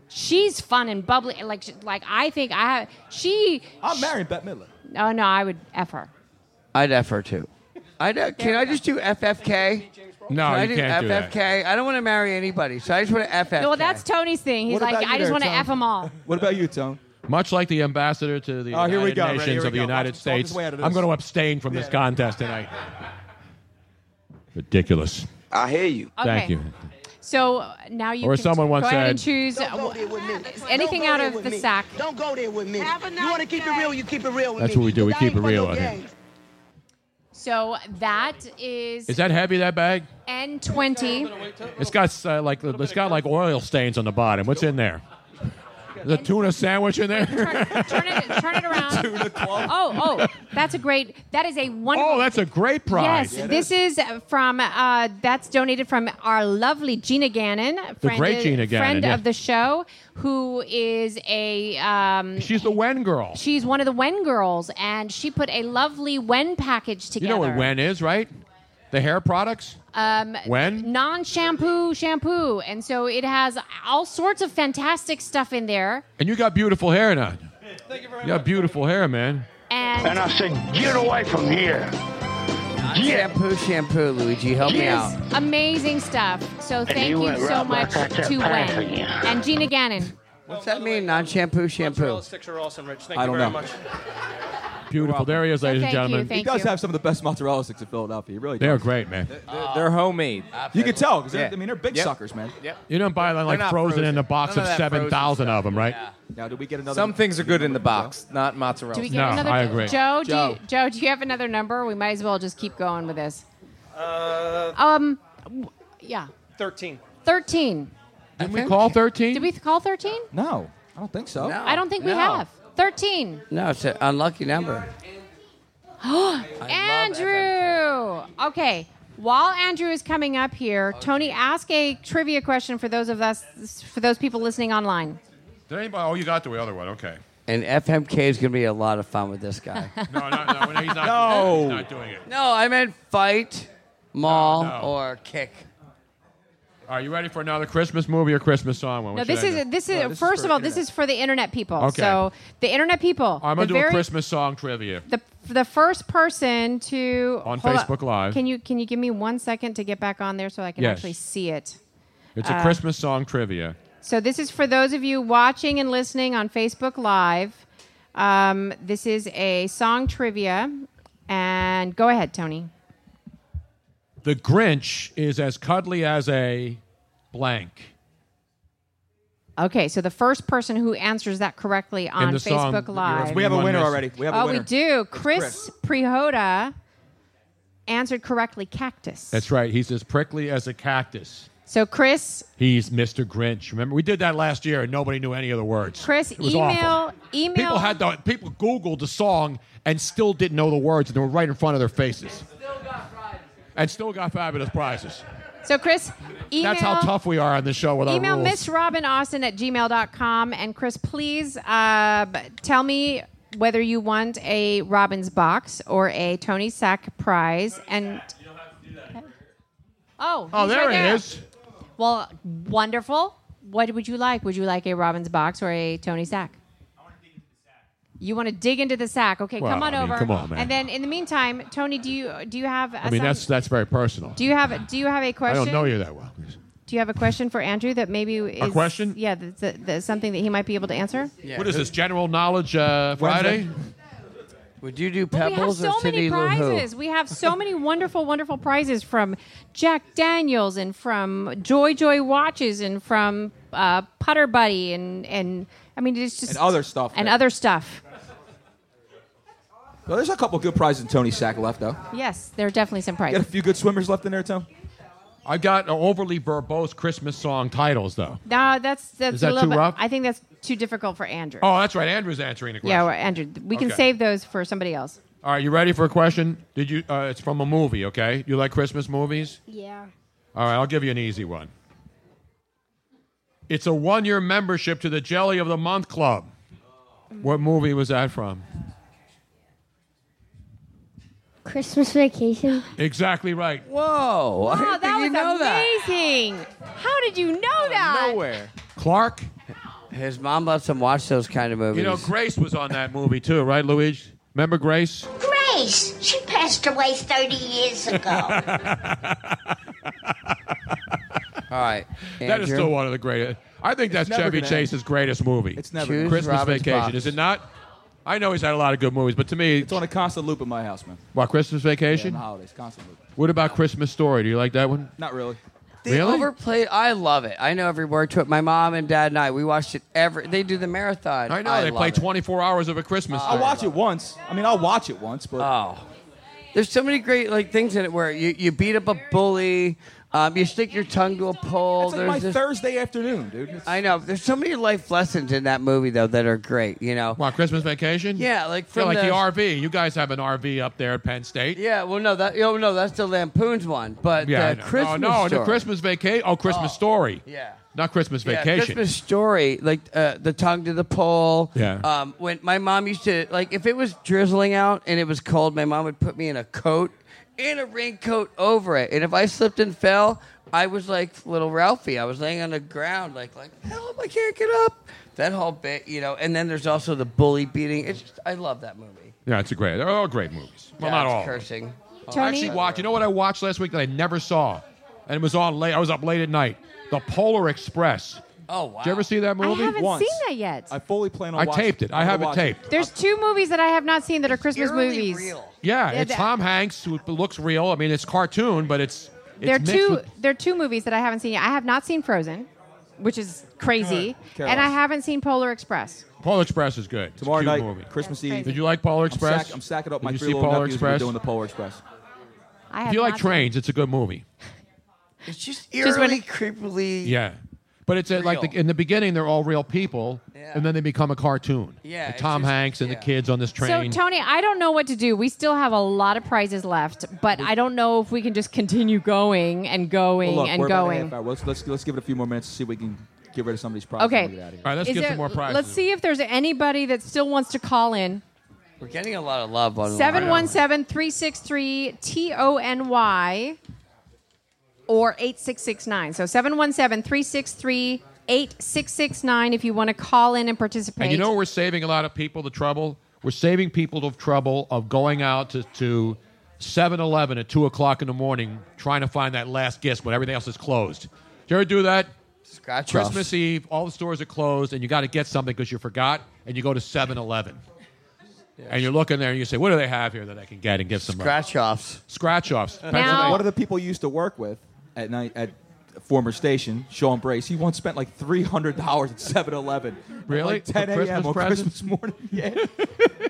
Speaker 5: she's fun and bubbly. Like, she- like I think I have. She.
Speaker 9: I'm marrying Bette Midler.
Speaker 5: Oh no, I would f her.
Speaker 7: I'd F her too. I know. Can I just do FFK?
Speaker 6: No,
Speaker 7: Can I
Speaker 6: you
Speaker 7: do
Speaker 6: can't do
Speaker 7: FFK?
Speaker 6: that.
Speaker 7: I don't want to marry anybody, so I just want to FFK.
Speaker 5: No, well, that's Tony's thing. He's
Speaker 7: What
Speaker 5: like,
Speaker 7: about you
Speaker 5: I just
Speaker 7: there,
Speaker 5: want to
Speaker 7: Tony?
Speaker 5: f them all.
Speaker 9: What about you, Tone?
Speaker 6: Much like the ambassador to the
Speaker 9: Oh,
Speaker 6: United
Speaker 9: here we go. Ready,
Speaker 6: Nations
Speaker 9: here we
Speaker 6: of the
Speaker 9: go.
Speaker 6: United
Speaker 9: Watch him talk his
Speaker 6: States,
Speaker 9: way out of
Speaker 6: I'm
Speaker 9: this.
Speaker 6: going to abstain from this contest tonight. Ridiculous.
Speaker 13: I hear you.
Speaker 6: Thank
Speaker 5: Okay.
Speaker 6: you.
Speaker 5: So uh, now you
Speaker 6: Or
Speaker 5: can
Speaker 6: someone
Speaker 5: go
Speaker 6: once
Speaker 5: ahead
Speaker 6: said-
Speaker 5: and choose uh, anything out of the sack.
Speaker 14: Don't go there with me. you want to keep it real, you keep it real with
Speaker 6: That's
Speaker 14: me.
Speaker 6: what we do. We
Speaker 14: I
Speaker 6: keep
Speaker 14: ain't
Speaker 6: it real
Speaker 14: for
Speaker 6: out
Speaker 14: no
Speaker 6: here.
Speaker 14: games.
Speaker 5: So that is
Speaker 6: Is that heavy? That bag?
Speaker 5: N20.
Speaker 6: It's got uh, like it's got like oil stains on the bottom. What's in there? Is a tuna sandwich in there?
Speaker 5: Turn it, turn it around. Oh, oh, that's a great. That is a wonderful.
Speaker 6: oh, that's a great prize.
Speaker 5: Yes, this is from uh, that's donated from our lovely Gina Gannon,
Speaker 6: The
Speaker 5: friend,
Speaker 6: great Gina Gannon,
Speaker 5: friend
Speaker 6: yeah.
Speaker 5: of the show, who is a um,
Speaker 6: She's the Wen girl.
Speaker 5: she's one of the Wen girls, and she put a lovely Wen package
Speaker 6: you
Speaker 5: together.
Speaker 6: know what Wen is, right? The hair products.
Speaker 5: Um,
Speaker 6: Wen?
Speaker 5: non-shampoo shampoo, and so it has all sorts of fantastic stuff in there.
Speaker 6: And you got beautiful hair now. You got beautiful hair, man.
Speaker 5: And
Speaker 11: And I said, get away from here.
Speaker 7: shampoo, shampoo, Luigi. Help me
Speaker 5: Yes.
Speaker 7: out.
Speaker 5: amazing stuff. So thank
Speaker 7: you
Speaker 5: you,
Speaker 7: went
Speaker 5: so
Speaker 7: right
Speaker 5: much
Speaker 7: back at that
Speaker 5: to
Speaker 7: path
Speaker 5: Wen
Speaker 7: again.
Speaker 5: and Gina Gannon.
Speaker 7: What's that mean? Non shampoo, shampoo.
Speaker 10: Sticks are awesome, Rich. Thank
Speaker 7: I
Speaker 10: you
Speaker 7: don't
Speaker 10: very
Speaker 7: know.
Speaker 10: much.
Speaker 6: Beautiful. There he is, ladies and gentlemen.
Speaker 9: he does have some of the best mozzarella sticks in Philadelphia. He really
Speaker 6: They're
Speaker 9: does.
Speaker 6: great, man. They're-
Speaker 9: they're homemade. You can tell because
Speaker 6: Yeah.
Speaker 9: I mean they're big
Speaker 6: Yep.
Speaker 9: suckers, man.
Speaker 6: Yep. You don't buy like
Speaker 9: not
Speaker 6: frozen, in
Speaker 9: frozen.
Speaker 6: a box
Speaker 9: None
Speaker 6: of
Speaker 9: of that
Speaker 6: seven thousand of them, right?
Speaker 9: Now, did we get another?
Speaker 13: Some things are good in the box, not mozzarella.
Speaker 5: Do we get
Speaker 6: No,
Speaker 5: another?
Speaker 6: I agree.
Speaker 5: Joe, Do
Speaker 13: Joe.
Speaker 5: you, Joe, do you have another number? We might as well just keep going with this.
Speaker 10: Uh,
Speaker 5: Um, w- yeah,
Speaker 10: Thirteen.
Speaker 5: thirteen.
Speaker 6: Didn't we call
Speaker 5: Did
Speaker 6: thirteen?
Speaker 5: we call thirteen?
Speaker 7: No, I don't think so.
Speaker 5: I don't think we have thirteen.
Speaker 7: No, it's an unlucky number.
Speaker 5: Andrew. Okay. While Andrew is coming up here, Tony, ask a trivia question for those of us, for those people listening online.
Speaker 6: Did anybody? Oh, you got the other one. Okay.
Speaker 7: And FMK is going to be a lot of fun with this guy.
Speaker 6: No, no, no. He's not,
Speaker 7: No.
Speaker 6: he's not doing it.
Speaker 7: no, I meant fight, maul,
Speaker 6: No, no.
Speaker 7: or kick.
Speaker 6: Are you ready for another Christmas movie or Christmas song? What
Speaker 5: No,
Speaker 6: should
Speaker 5: this
Speaker 6: I
Speaker 5: is,
Speaker 6: do?
Speaker 5: this is first of all, this is for the internet people.
Speaker 6: Okay.
Speaker 5: So the internet people.
Speaker 6: I'm
Speaker 5: the
Speaker 6: gonna do a Christmas song trivia.
Speaker 5: The, the first person to
Speaker 6: On
Speaker 5: hold
Speaker 6: Facebook Live.
Speaker 5: Can you can you give me one second to get back on there so I can
Speaker 6: Yes.
Speaker 5: actually see it?
Speaker 6: It's a
Speaker 5: Uh,
Speaker 6: Christmas song trivia.
Speaker 5: So this is for those of you watching and listening on Facebook Live. Um, this is a song trivia, and go ahead, Tony.
Speaker 6: The Grinch is as cuddly as a blank.
Speaker 5: Okay, so the first person who answers that correctly on
Speaker 6: the song
Speaker 5: Facebook
Speaker 6: that you're
Speaker 5: Live.
Speaker 6: We have a winner One already. missing. We have a
Speaker 5: oh,
Speaker 6: winner.
Speaker 5: we do.
Speaker 6: It's
Speaker 5: Chris, Prihoda answered correctly. Cactus.
Speaker 6: That's right. He's as prickly as a cactus.
Speaker 5: So Chris,
Speaker 6: He's Mr. Grinch. Remember, we did that last year, and nobody knew any of the words.
Speaker 5: Chris,
Speaker 6: It was
Speaker 5: email,
Speaker 6: awful.
Speaker 5: email.
Speaker 6: People had the people Googled the song and still didn't know the words, and they were right in front of their faces. And still got fabulous prizes.
Speaker 5: so Chris, email.
Speaker 6: That's how tough we are on this show with
Speaker 5: email
Speaker 6: our rules.
Speaker 5: miss robin austin at gmail.com and chris please uh, b- tell me whether you want a robin's box or a tony sack prize and oh
Speaker 6: oh,
Speaker 5: he's
Speaker 6: there
Speaker 5: right
Speaker 6: it is.
Speaker 5: well wonderful what would you like would you like a robin's box or a tony sack you want to dig into the sack okay
Speaker 6: Well,
Speaker 5: come on
Speaker 6: I mean,
Speaker 5: over
Speaker 6: come on, man.
Speaker 5: and then in the meantime tony do you do you have a
Speaker 6: I mean, that's that's very personal.
Speaker 5: do you have do you have a
Speaker 6: I
Speaker 5: question
Speaker 6: don't know you that well.
Speaker 5: do you have a question for Andrew that maybe is,
Speaker 6: question?
Speaker 5: Yeah, that's, that's something that he might be able to answer.
Speaker 6: what is this general knowledge uh, Friday?
Speaker 7: Would you do
Speaker 5: We have
Speaker 7: pebbles
Speaker 5: so
Speaker 7: or
Speaker 5: many
Speaker 7: city
Speaker 5: prizes. We have so many wonderful, wonderful prizes from Jack Daniels and from Joy Joy watches and from uh, Putter Buddy and and I mean it's just
Speaker 9: And other stuff,
Speaker 5: and
Speaker 9: yeah.
Speaker 5: other stuff.
Speaker 9: Well, there's a couple good prizes in Tony's sack left though.
Speaker 5: Yes, there are definitely some
Speaker 9: You got a
Speaker 5: prizes.
Speaker 9: few good swimmers left in there, Tom.
Speaker 6: I've got overly verbose Christmas song titles, though.
Speaker 5: No, that's that's
Speaker 6: Is that
Speaker 5: a little
Speaker 6: too
Speaker 5: bit.
Speaker 6: rough?
Speaker 5: I think that's too difficult for Andrew.
Speaker 6: Oh, that's right. Andrew's answering the question.
Speaker 5: yeah, well, Andrew, we can
Speaker 6: Okay.
Speaker 5: save those for somebody else.
Speaker 6: All right, you ready for a question? Did you? Uh, it's from a movie. Okay, you like Christmas movies?
Speaker 8: Yeah.
Speaker 6: All right, I'll give you an easy one. It's a one-year membership to the Jelly of the Month Club. What movie was that from?
Speaker 8: Christmas vacation.
Speaker 6: Exactly right.
Speaker 7: Whoa!
Speaker 5: Oh, that was amazing! How did you know that?
Speaker 7: Nowhere.
Speaker 6: Clark.
Speaker 7: His mom lets him watch those kind of movies.
Speaker 6: You know, Grace was on that movie too, right, Luigi? Remember Grace?
Speaker 15: Grace, she passed away 30 years ago.
Speaker 7: All right,
Speaker 6: That is
Speaker 7: Andrew?
Speaker 6: still one of the greatest. I think that's
Speaker 7: It's never
Speaker 6: Chevy
Speaker 7: gonna
Speaker 6: Chase's
Speaker 7: end.
Speaker 6: greatest movie.
Speaker 7: It's never Choose gonna end.
Speaker 6: Christmas
Speaker 7: Robin's
Speaker 6: Vacation,
Speaker 7: box.
Speaker 6: is it not? I know he's had a lot of good movies, but to me,
Speaker 9: It's on a constant loop in my house, man.
Speaker 6: what Christmas
Speaker 9: Yeah, in
Speaker 6: Vacation?
Speaker 9: the holidays, constant loop.
Speaker 6: what about Christmas Story? Do you like that one?
Speaker 9: Not really.
Speaker 7: They
Speaker 6: Really?
Speaker 7: overplayed. I love it. I know every word to it. My mom and dad and I, we watched it every. They do the marathon.
Speaker 6: I know they
Speaker 7: love
Speaker 6: play
Speaker 7: it.
Speaker 6: 24 hours of a Christmas.
Speaker 7: I'll watch
Speaker 9: it once. I mean, I'll watch it once, but
Speaker 7: oh, there's so many great like things in it where you, you beat up a bully, um, you stick your tongue to a pole.
Speaker 9: It's like
Speaker 7: there's
Speaker 9: my
Speaker 7: this-
Speaker 9: Thursday afternoon, dude. It's-
Speaker 7: I know. There's so many life lessons in that movie though that are great. You know.
Speaker 6: What Christmas Vacation?
Speaker 7: Yeah, like
Speaker 6: Yeah,
Speaker 7: from
Speaker 6: like the,
Speaker 7: the
Speaker 6: RV. You guys have an RV up there at Penn State.
Speaker 7: Yeah, well, no, that oh no, that's the Lampoon's one, but
Speaker 6: I
Speaker 7: the
Speaker 6: know. Oh,
Speaker 7: Christmas
Speaker 6: no, no,
Speaker 7: story.
Speaker 6: the Christmas Vacation. Oh, Christmas Story.
Speaker 7: Yeah.
Speaker 6: Not Christmas
Speaker 7: Yeah,
Speaker 6: Vacation.
Speaker 7: Christmas story, like uh, the tongue to the pole.
Speaker 6: Yeah.
Speaker 7: Um, when my mom used to like, if it was drizzling out and it was cold, my mom would put me in a coat, in a raincoat over it, and if I slipped and fell, I was like little Ralphie. I was laying on the ground, like like help, I can't get up. That whole bit, you know. And then there's also the bully beating. It's just, I love that movie.
Speaker 6: Yeah, it's a great. They're all great movies. Well,
Speaker 7: Yeah,
Speaker 6: not
Speaker 7: it's
Speaker 6: all.
Speaker 7: cursing.
Speaker 6: I actually watched. You know what I watched last week that I never saw, and it was on late. I was up late at night. The Polar Express.
Speaker 7: Oh wow!
Speaker 6: Did you ever see that
Speaker 5: I
Speaker 6: movie?
Speaker 5: haven't seen that yet.
Speaker 9: I fully plan on.
Speaker 6: I
Speaker 9: watching-
Speaker 6: taped it. I
Speaker 9: I'm gonna
Speaker 6: have it
Speaker 9: watch it.
Speaker 6: taped.
Speaker 5: There's two movies that I have not seen that are Christmas movies.
Speaker 6: Yeah,
Speaker 5: Yeah,
Speaker 6: it's
Speaker 5: that-
Speaker 6: Tom Hanks who looks real. I mean, it's cartoon, but it's, it's
Speaker 5: There are
Speaker 6: mixed
Speaker 5: two.
Speaker 6: with-
Speaker 5: There are two movies that I haven't seen yet. I have not seen Frozen, which is crazy,
Speaker 6: Good.
Speaker 5: and I haven't seen Polar Express.
Speaker 6: Polar Express is good. It's a
Speaker 9: Tomorrow
Speaker 6: cute
Speaker 9: night,
Speaker 6: movie.
Speaker 9: Christmas Eve.
Speaker 6: Did you like Polar
Speaker 9: I'm
Speaker 6: Express?
Speaker 9: sack- I'm sacking up
Speaker 6: Did
Speaker 9: my
Speaker 6: you
Speaker 9: three
Speaker 6: see
Speaker 9: little
Speaker 6: Polar
Speaker 9: nephews. We're
Speaker 6: Express?
Speaker 9: doing the Polar Express.
Speaker 5: I have
Speaker 6: If you like
Speaker 5: not
Speaker 6: trains, it's a good movie.
Speaker 7: It's just eerily,
Speaker 5: Just when
Speaker 7: creepily.
Speaker 6: Yeah, but it's uh, like the, in the beginning they're all real people, and then they become a cartoon.
Speaker 5: Yeah,
Speaker 6: And
Speaker 5: it's
Speaker 6: Tom Hanks and the kids on this train.
Speaker 5: So Tony, I don't know what to do. We still have a lot of prizes left, but I don't know if we can just continue going and going
Speaker 9: Well, look,
Speaker 5: and
Speaker 9: we're about a half
Speaker 5: going.
Speaker 9: hour. Let's, let's let's give it a few more minutes to see if we can get rid of some of these problems.
Speaker 5: Okay.
Speaker 9: And get out of here.
Speaker 5: Is there- Let's see if there's anybody that still wants to call in.
Speaker 7: We're getting a lot of love on the line.
Speaker 5: 717 363 TONY or 8669. So 717 363 8669 if you want to call in and participate.
Speaker 6: And you know we're saving a lot of people the trouble? We're saving people the trouble of going out to, to 7-Eleven at 2 o'clock in the morning trying to find that last gift when everything else is closed. Did you ever do that?
Speaker 7: Scratch
Speaker 6: Christmas Eve, all the stores are closed, and you got to get something because you forgot, and you go to 7-Eleven. And you're looking there, and you say, what do they have here that I can get and give some
Speaker 7: Scratch-offs.
Speaker 6: Scratch-offs.
Speaker 9: Now, one of the people you used to work with at night at a former station, Sean Brace, he once spent like three hundred dollars at 7-Eleven. at,
Speaker 6: Really?
Speaker 9: Like 10
Speaker 6: For
Speaker 9: a.m. on
Speaker 6: Christmas presents?
Speaker 9: Christmas morning. Yeah.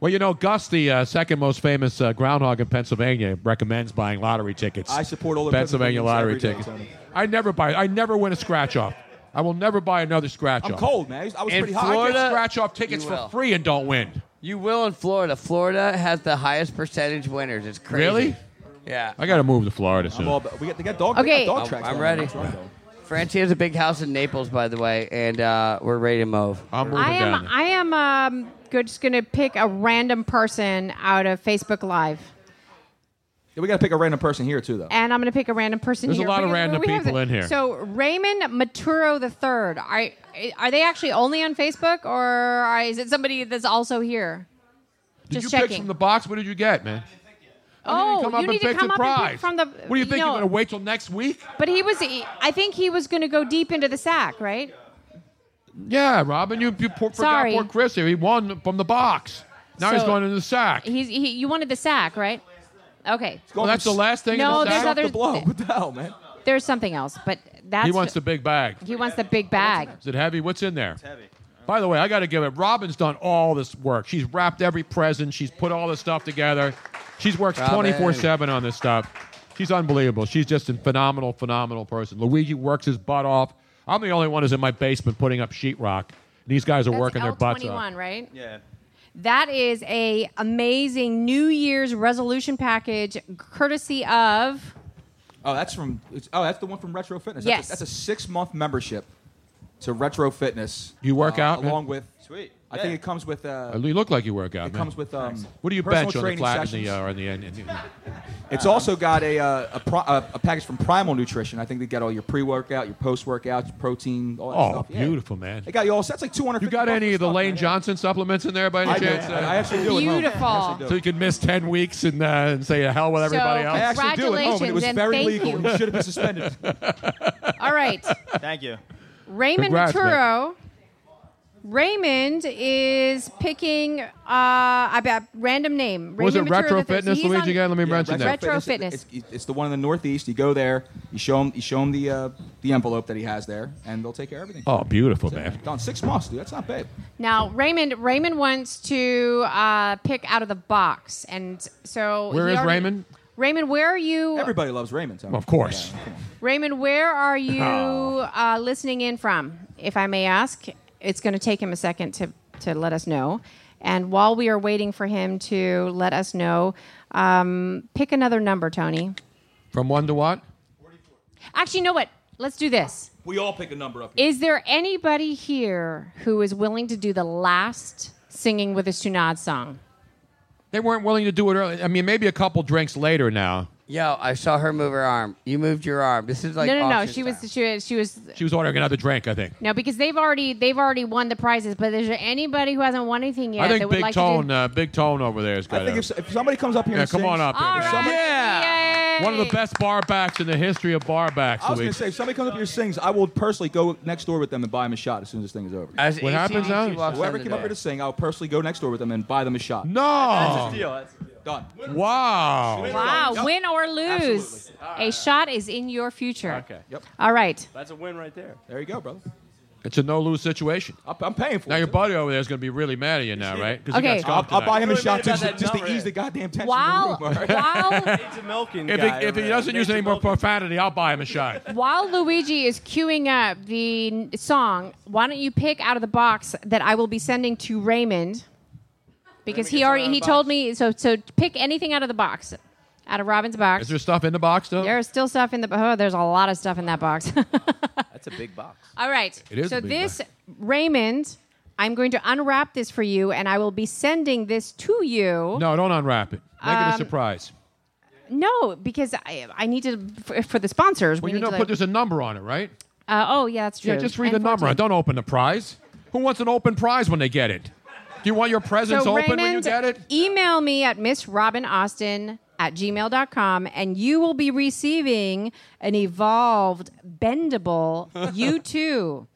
Speaker 6: Well, you know, Gus, the uh, second most famous uh, groundhog in Pennsylvania, recommends buying lottery tickets.
Speaker 9: I support all the
Speaker 6: Pennsylvania
Speaker 9: Pennsylvanians
Speaker 6: lottery
Speaker 9: every day,
Speaker 6: tickets.
Speaker 9: Tony.
Speaker 6: I never buy. I never win a scratch off. I will never buy another scratch off.
Speaker 9: I'm cold, man. I was- I was
Speaker 7: In
Speaker 9: pretty hot.
Speaker 6: I
Speaker 7: Florida-
Speaker 6: get scratch off tickets
Speaker 7: You
Speaker 6: for
Speaker 7: will.
Speaker 6: free and don't win.
Speaker 7: You will in Florida. Florida has the highest percentage winners. It's crazy.
Speaker 6: Really?
Speaker 7: Yeah.
Speaker 6: I got to move to Florida soon.
Speaker 9: I'm all, about- we got, they got dog,
Speaker 5: Okay.
Speaker 9: they got dog
Speaker 5: I'm-
Speaker 9: tracks.
Speaker 7: I'm
Speaker 9: down
Speaker 7: ready.
Speaker 9: there. That's right, though.
Speaker 7: Francie has a big house in Naples, by the way, and uh, we're ready to move.
Speaker 6: I'm
Speaker 5: I am, I am um, good, just going to pick a random person out of Facebook Live.
Speaker 9: Yeah, we got to pick a random person here too, though.
Speaker 5: And I'm going to pick a random person
Speaker 9: There's a
Speaker 5: here.
Speaker 9: lot of
Speaker 5: We- we-
Speaker 9: random
Speaker 5: we have
Speaker 9: people in here.
Speaker 5: So Raymond Maturo the third. Are are they actually only on Facebook, or are, is it somebody that's also here?
Speaker 6: Did
Speaker 5: Just
Speaker 6: you
Speaker 5: checking.
Speaker 6: pick from the box? What did you get, man?
Speaker 5: oh,
Speaker 6: come up
Speaker 5: you
Speaker 6: and
Speaker 5: need to
Speaker 6: pick
Speaker 5: come
Speaker 6: the
Speaker 5: up and
Speaker 6: prize.
Speaker 5: pick from the.
Speaker 6: What do you think?
Speaker 5: know-
Speaker 6: You're going to wait till next week?
Speaker 5: But he was. he- I think he was going to go deep into the sack, right?
Speaker 6: Yeah, Robin, you, you poor, forgot
Speaker 5: Sorry.
Speaker 6: poor Chris here. He won from the box. Now he's
Speaker 5: So-
Speaker 6: going into the sack.
Speaker 5: He's. He, you wanted the sack, right? Okay.
Speaker 6: Well, that's the last thing.
Speaker 5: No,
Speaker 6: in the
Speaker 5: there's
Speaker 6: sack?
Speaker 5: other-
Speaker 9: What the hell, man?
Speaker 5: There's something else, but that's.
Speaker 6: he wants the big bag.
Speaker 5: He wants the big bag.
Speaker 6: Is it heavy? What's in there? It's heavy. By the way, I got to give it. Robin's done all this work. She's wrapped every present. She's put all this stuff together. She's worked
Speaker 13: Robin.
Speaker 6: twenty four seven on this stuff. She's unbelievable. She's just a phenomenal, phenomenal person. Luigi works his butt off. I'm the only one who's in my basement putting up sheetrock. These guys are working their butts off.
Speaker 5: L21, right? Yeah. That is a amazing New Year's resolution package, courtesy of.
Speaker 9: Oh, that's from. It's, oh, that's the one from Retro Fitness.
Speaker 5: Yes.
Speaker 9: That's a, that's a six-month membership to Retro Fitness.
Speaker 6: You work
Speaker 9: uh,
Speaker 6: out, man?
Speaker 9: along with.
Speaker 12: Sweet.
Speaker 9: I think it comes with. Uh,
Speaker 6: Uh, You look like you work out.
Speaker 9: It
Speaker 6: man.
Speaker 9: comes with, um,
Speaker 6: what do you
Speaker 9: personal
Speaker 6: bench on the
Speaker 9: training
Speaker 6: flat and the
Speaker 9: sessions.
Speaker 6: uh, or the end? and the-
Speaker 9: It's also got a, uh, a, pro- a, a package from Primal Nutrition. I think they got all your pre-workout, your post-workout, your protein, all that
Speaker 6: Oh,
Speaker 9: stuff. Yeah.
Speaker 6: beautiful man.
Speaker 9: They got you all. That's like 200.
Speaker 6: You got any of the Lane Johnson supplements in there by any
Speaker 9: I do.
Speaker 6: chance?
Speaker 9: I- I actually do at home. I Beautiful. actually do.
Speaker 6: So you could miss 10 weeks and, uh, and say, hell with everybody
Speaker 5: So
Speaker 6: else?
Speaker 9: I actually do at home, and it was
Speaker 5: Congratulations,
Speaker 9: very
Speaker 5: and
Speaker 9: legal.
Speaker 5: thank
Speaker 9: You. should have been suspended.
Speaker 5: All right.
Speaker 12: Thank you.
Speaker 5: Raymond
Speaker 6: Congrats, man.
Speaker 5: Maturo. Raymond is picking uh, I bet random name.
Speaker 6: Was it
Speaker 5: Raymond Maturo
Speaker 6: Retro
Speaker 5: the third.
Speaker 6: Fitness,
Speaker 5: he's
Speaker 6: Luigi,
Speaker 5: on-
Speaker 6: again? Let me mention that.
Speaker 5: Retro
Speaker 9: Fitness,
Speaker 5: Fitness.
Speaker 9: It's, it's the one in the Northeast. You go there, you show him, you show him the uh, the envelope that he has there, and they'll take care of everything.
Speaker 6: Oh, beautiful, man.
Speaker 9: Don, six months, dude. That's not bad.
Speaker 5: Now Raymond Raymond wants to uh, pick out of the box, and so
Speaker 9: Where
Speaker 5: he
Speaker 9: is
Speaker 5: already-
Speaker 9: Raymond?
Speaker 5: Raymond, where are you?
Speaker 9: Everybody loves Raymond. Tony.
Speaker 6: Of course.
Speaker 5: Raymond, where are you
Speaker 6: Oh.
Speaker 5: uh, listening in from, if I may ask? It's going to take him a second to, to let us know. And while we are waiting for him to let us know, um, pick another number, Tony.
Speaker 6: From one to what?
Speaker 5: Actually, you know what? Let's do this.
Speaker 9: We all pick a number up.
Speaker 5: Is there anybody here who is willing to do the last singing with a Tunad song?
Speaker 6: They weren't willing to do it early. I mean, maybe a couple drinks later now.
Speaker 7: Yo, I saw her move her arm. You moved your arm. This is like
Speaker 5: no, no, no.
Speaker 7: auction
Speaker 5: She was, she was she was
Speaker 6: She was ordering another drink, I think.
Speaker 5: no because they've already they've already won the prizes. But is there anybody who hasn't won anything yet?
Speaker 6: I
Speaker 5: that
Speaker 6: think
Speaker 5: would
Speaker 6: Big
Speaker 5: like to do-
Speaker 6: Tone, uh, Big Tone over there is good.
Speaker 9: I think if, if somebody comes up here,
Speaker 6: Yeah,
Speaker 9: and
Speaker 6: come
Speaker 9: sings-
Speaker 6: on up here. All
Speaker 9: If somebody-
Speaker 5: Yay!
Speaker 6: One of the best bar backs in the history of bar backs.
Speaker 9: I was going
Speaker 6: Luis.
Speaker 9: to say, if somebody comes up here sings, I will personally go next door with them and buy them a shot as soon as this thing is over.
Speaker 6: As What happens ACDC now? walks
Speaker 9: Whoever
Speaker 6: on
Speaker 9: came
Speaker 6: the
Speaker 9: up
Speaker 6: day.
Speaker 9: here to sing, I'll personally go next door with them and buy them a shot.
Speaker 6: No.
Speaker 9: That's a deal. That's a deal. Done.
Speaker 6: Wow.
Speaker 5: Wow,
Speaker 9: Yep.
Speaker 5: win or lose. A shot is in your future.
Speaker 6: Okay. Yep.
Speaker 5: All right.
Speaker 9: That's a win right there. There you go, brother.
Speaker 6: It's a no lose situation.
Speaker 9: I'm paying for
Speaker 6: now it. Now your buddy over there is going to be really mad at you now, right? 'Cause he got
Speaker 5: Okay.
Speaker 6: stomped
Speaker 9: I'll- I'll buy him a shot
Speaker 6: tonight.
Speaker 9: just, just to ease the goddamn tension.
Speaker 5: While while
Speaker 6: If he, if he doesn't use any more profanity, I'll buy him a shot.
Speaker 5: while Luigi is queuing up the n- song, why don't you pick out of the box that I will be sending to Raymond? Because he already he told me so so pick anything out of the box. Out of Robin's box.
Speaker 6: Is there stuff in the box though?
Speaker 5: There's still stuff in the oh, there's a lot of stuff in that box.
Speaker 13: That's a big box.
Speaker 5: All right.
Speaker 13: It is
Speaker 5: so
Speaker 13: a big
Speaker 5: this Raymond, I'm going to unwrap this for you, and I will be sending this to you.
Speaker 6: No, don't unwrap it. Make it
Speaker 5: Um,
Speaker 6: a surprise.
Speaker 5: No, because I I need to for, for the sponsors.
Speaker 6: Well,
Speaker 5: we
Speaker 6: you
Speaker 5: need
Speaker 6: know,
Speaker 5: to,
Speaker 6: put there's a number on it, right?
Speaker 5: uh, oh yeah, that's true.
Speaker 6: Yeah, just read the
Speaker 5: And
Speaker 6: number.
Speaker 5: 14.
Speaker 6: Don't open the prize. Who wants an open prize when they get it? Do you want your presents
Speaker 5: so
Speaker 6: open
Speaker 5: Raymond,
Speaker 6: when you get it?
Speaker 5: Email me at missrobinaustin at gmail.com and you will be receiving an evolved, bendable U2.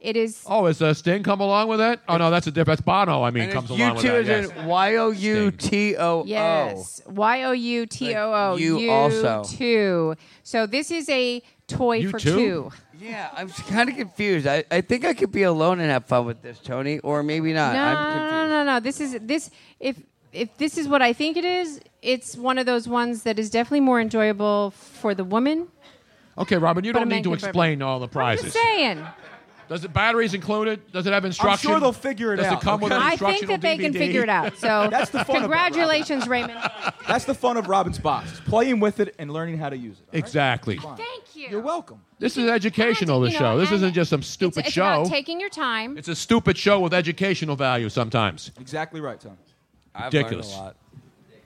Speaker 5: It is
Speaker 6: Oh, is uh, Sting come along with that? Oh no, that's a different. That's Bono. I mean,
Speaker 7: And
Speaker 6: comes
Speaker 7: it's
Speaker 6: along with
Speaker 7: U2
Speaker 6: that.
Speaker 7: is
Speaker 6: yes.
Speaker 7: in Y O U T O O.
Speaker 5: Yes. Y O U T O O.
Speaker 7: Like you also.
Speaker 5: Two. So this is a toy
Speaker 7: You
Speaker 5: for
Speaker 7: too?
Speaker 5: two.
Speaker 7: Yeah, I'm kind of confused. I, I think I could be alone and have fun with this, Tony, or maybe
Speaker 5: No,
Speaker 7: not. I'm
Speaker 5: no, no, no, no. This is this if if this is what I think it is, it's one of those ones that is definitely more enjoyable for the woman.
Speaker 6: Okay, Robin, you
Speaker 5: But a
Speaker 6: don't
Speaker 5: man
Speaker 6: need to
Speaker 5: can put-
Speaker 6: explain all the
Speaker 5: Just
Speaker 6: prizes.
Speaker 5: saying.
Speaker 6: Does the batteries included? Does it have instruction?
Speaker 9: they'll figure it
Speaker 6: Does
Speaker 9: out,
Speaker 6: it come with an
Speaker 5: I think
Speaker 6: instructional
Speaker 5: that they can
Speaker 6: DVD?
Speaker 5: figure it out. So
Speaker 9: That's the fun about
Speaker 5: congratulations, Raymond.
Speaker 9: That's the fun of Robin's box. is Playing with it and learning how to use it.
Speaker 6: Exactly.
Speaker 5: Thank you.
Speaker 9: You're welcome.
Speaker 6: This is educational. This
Speaker 5: you know,
Speaker 6: show. This
Speaker 5: and
Speaker 6: isn't just some
Speaker 5: It's,
Speaker 6: stupid
Speaker 5: it's
Speaker 6: show.
Speaker 5: about taking your time.
Speaker 6: it's a stupid show with educational value sometimes.
Speaker 9: Exactly right, Tom.
Speaker 7: I've
Speaker 6: learned a Ridiculous.
Speaker 7: lot.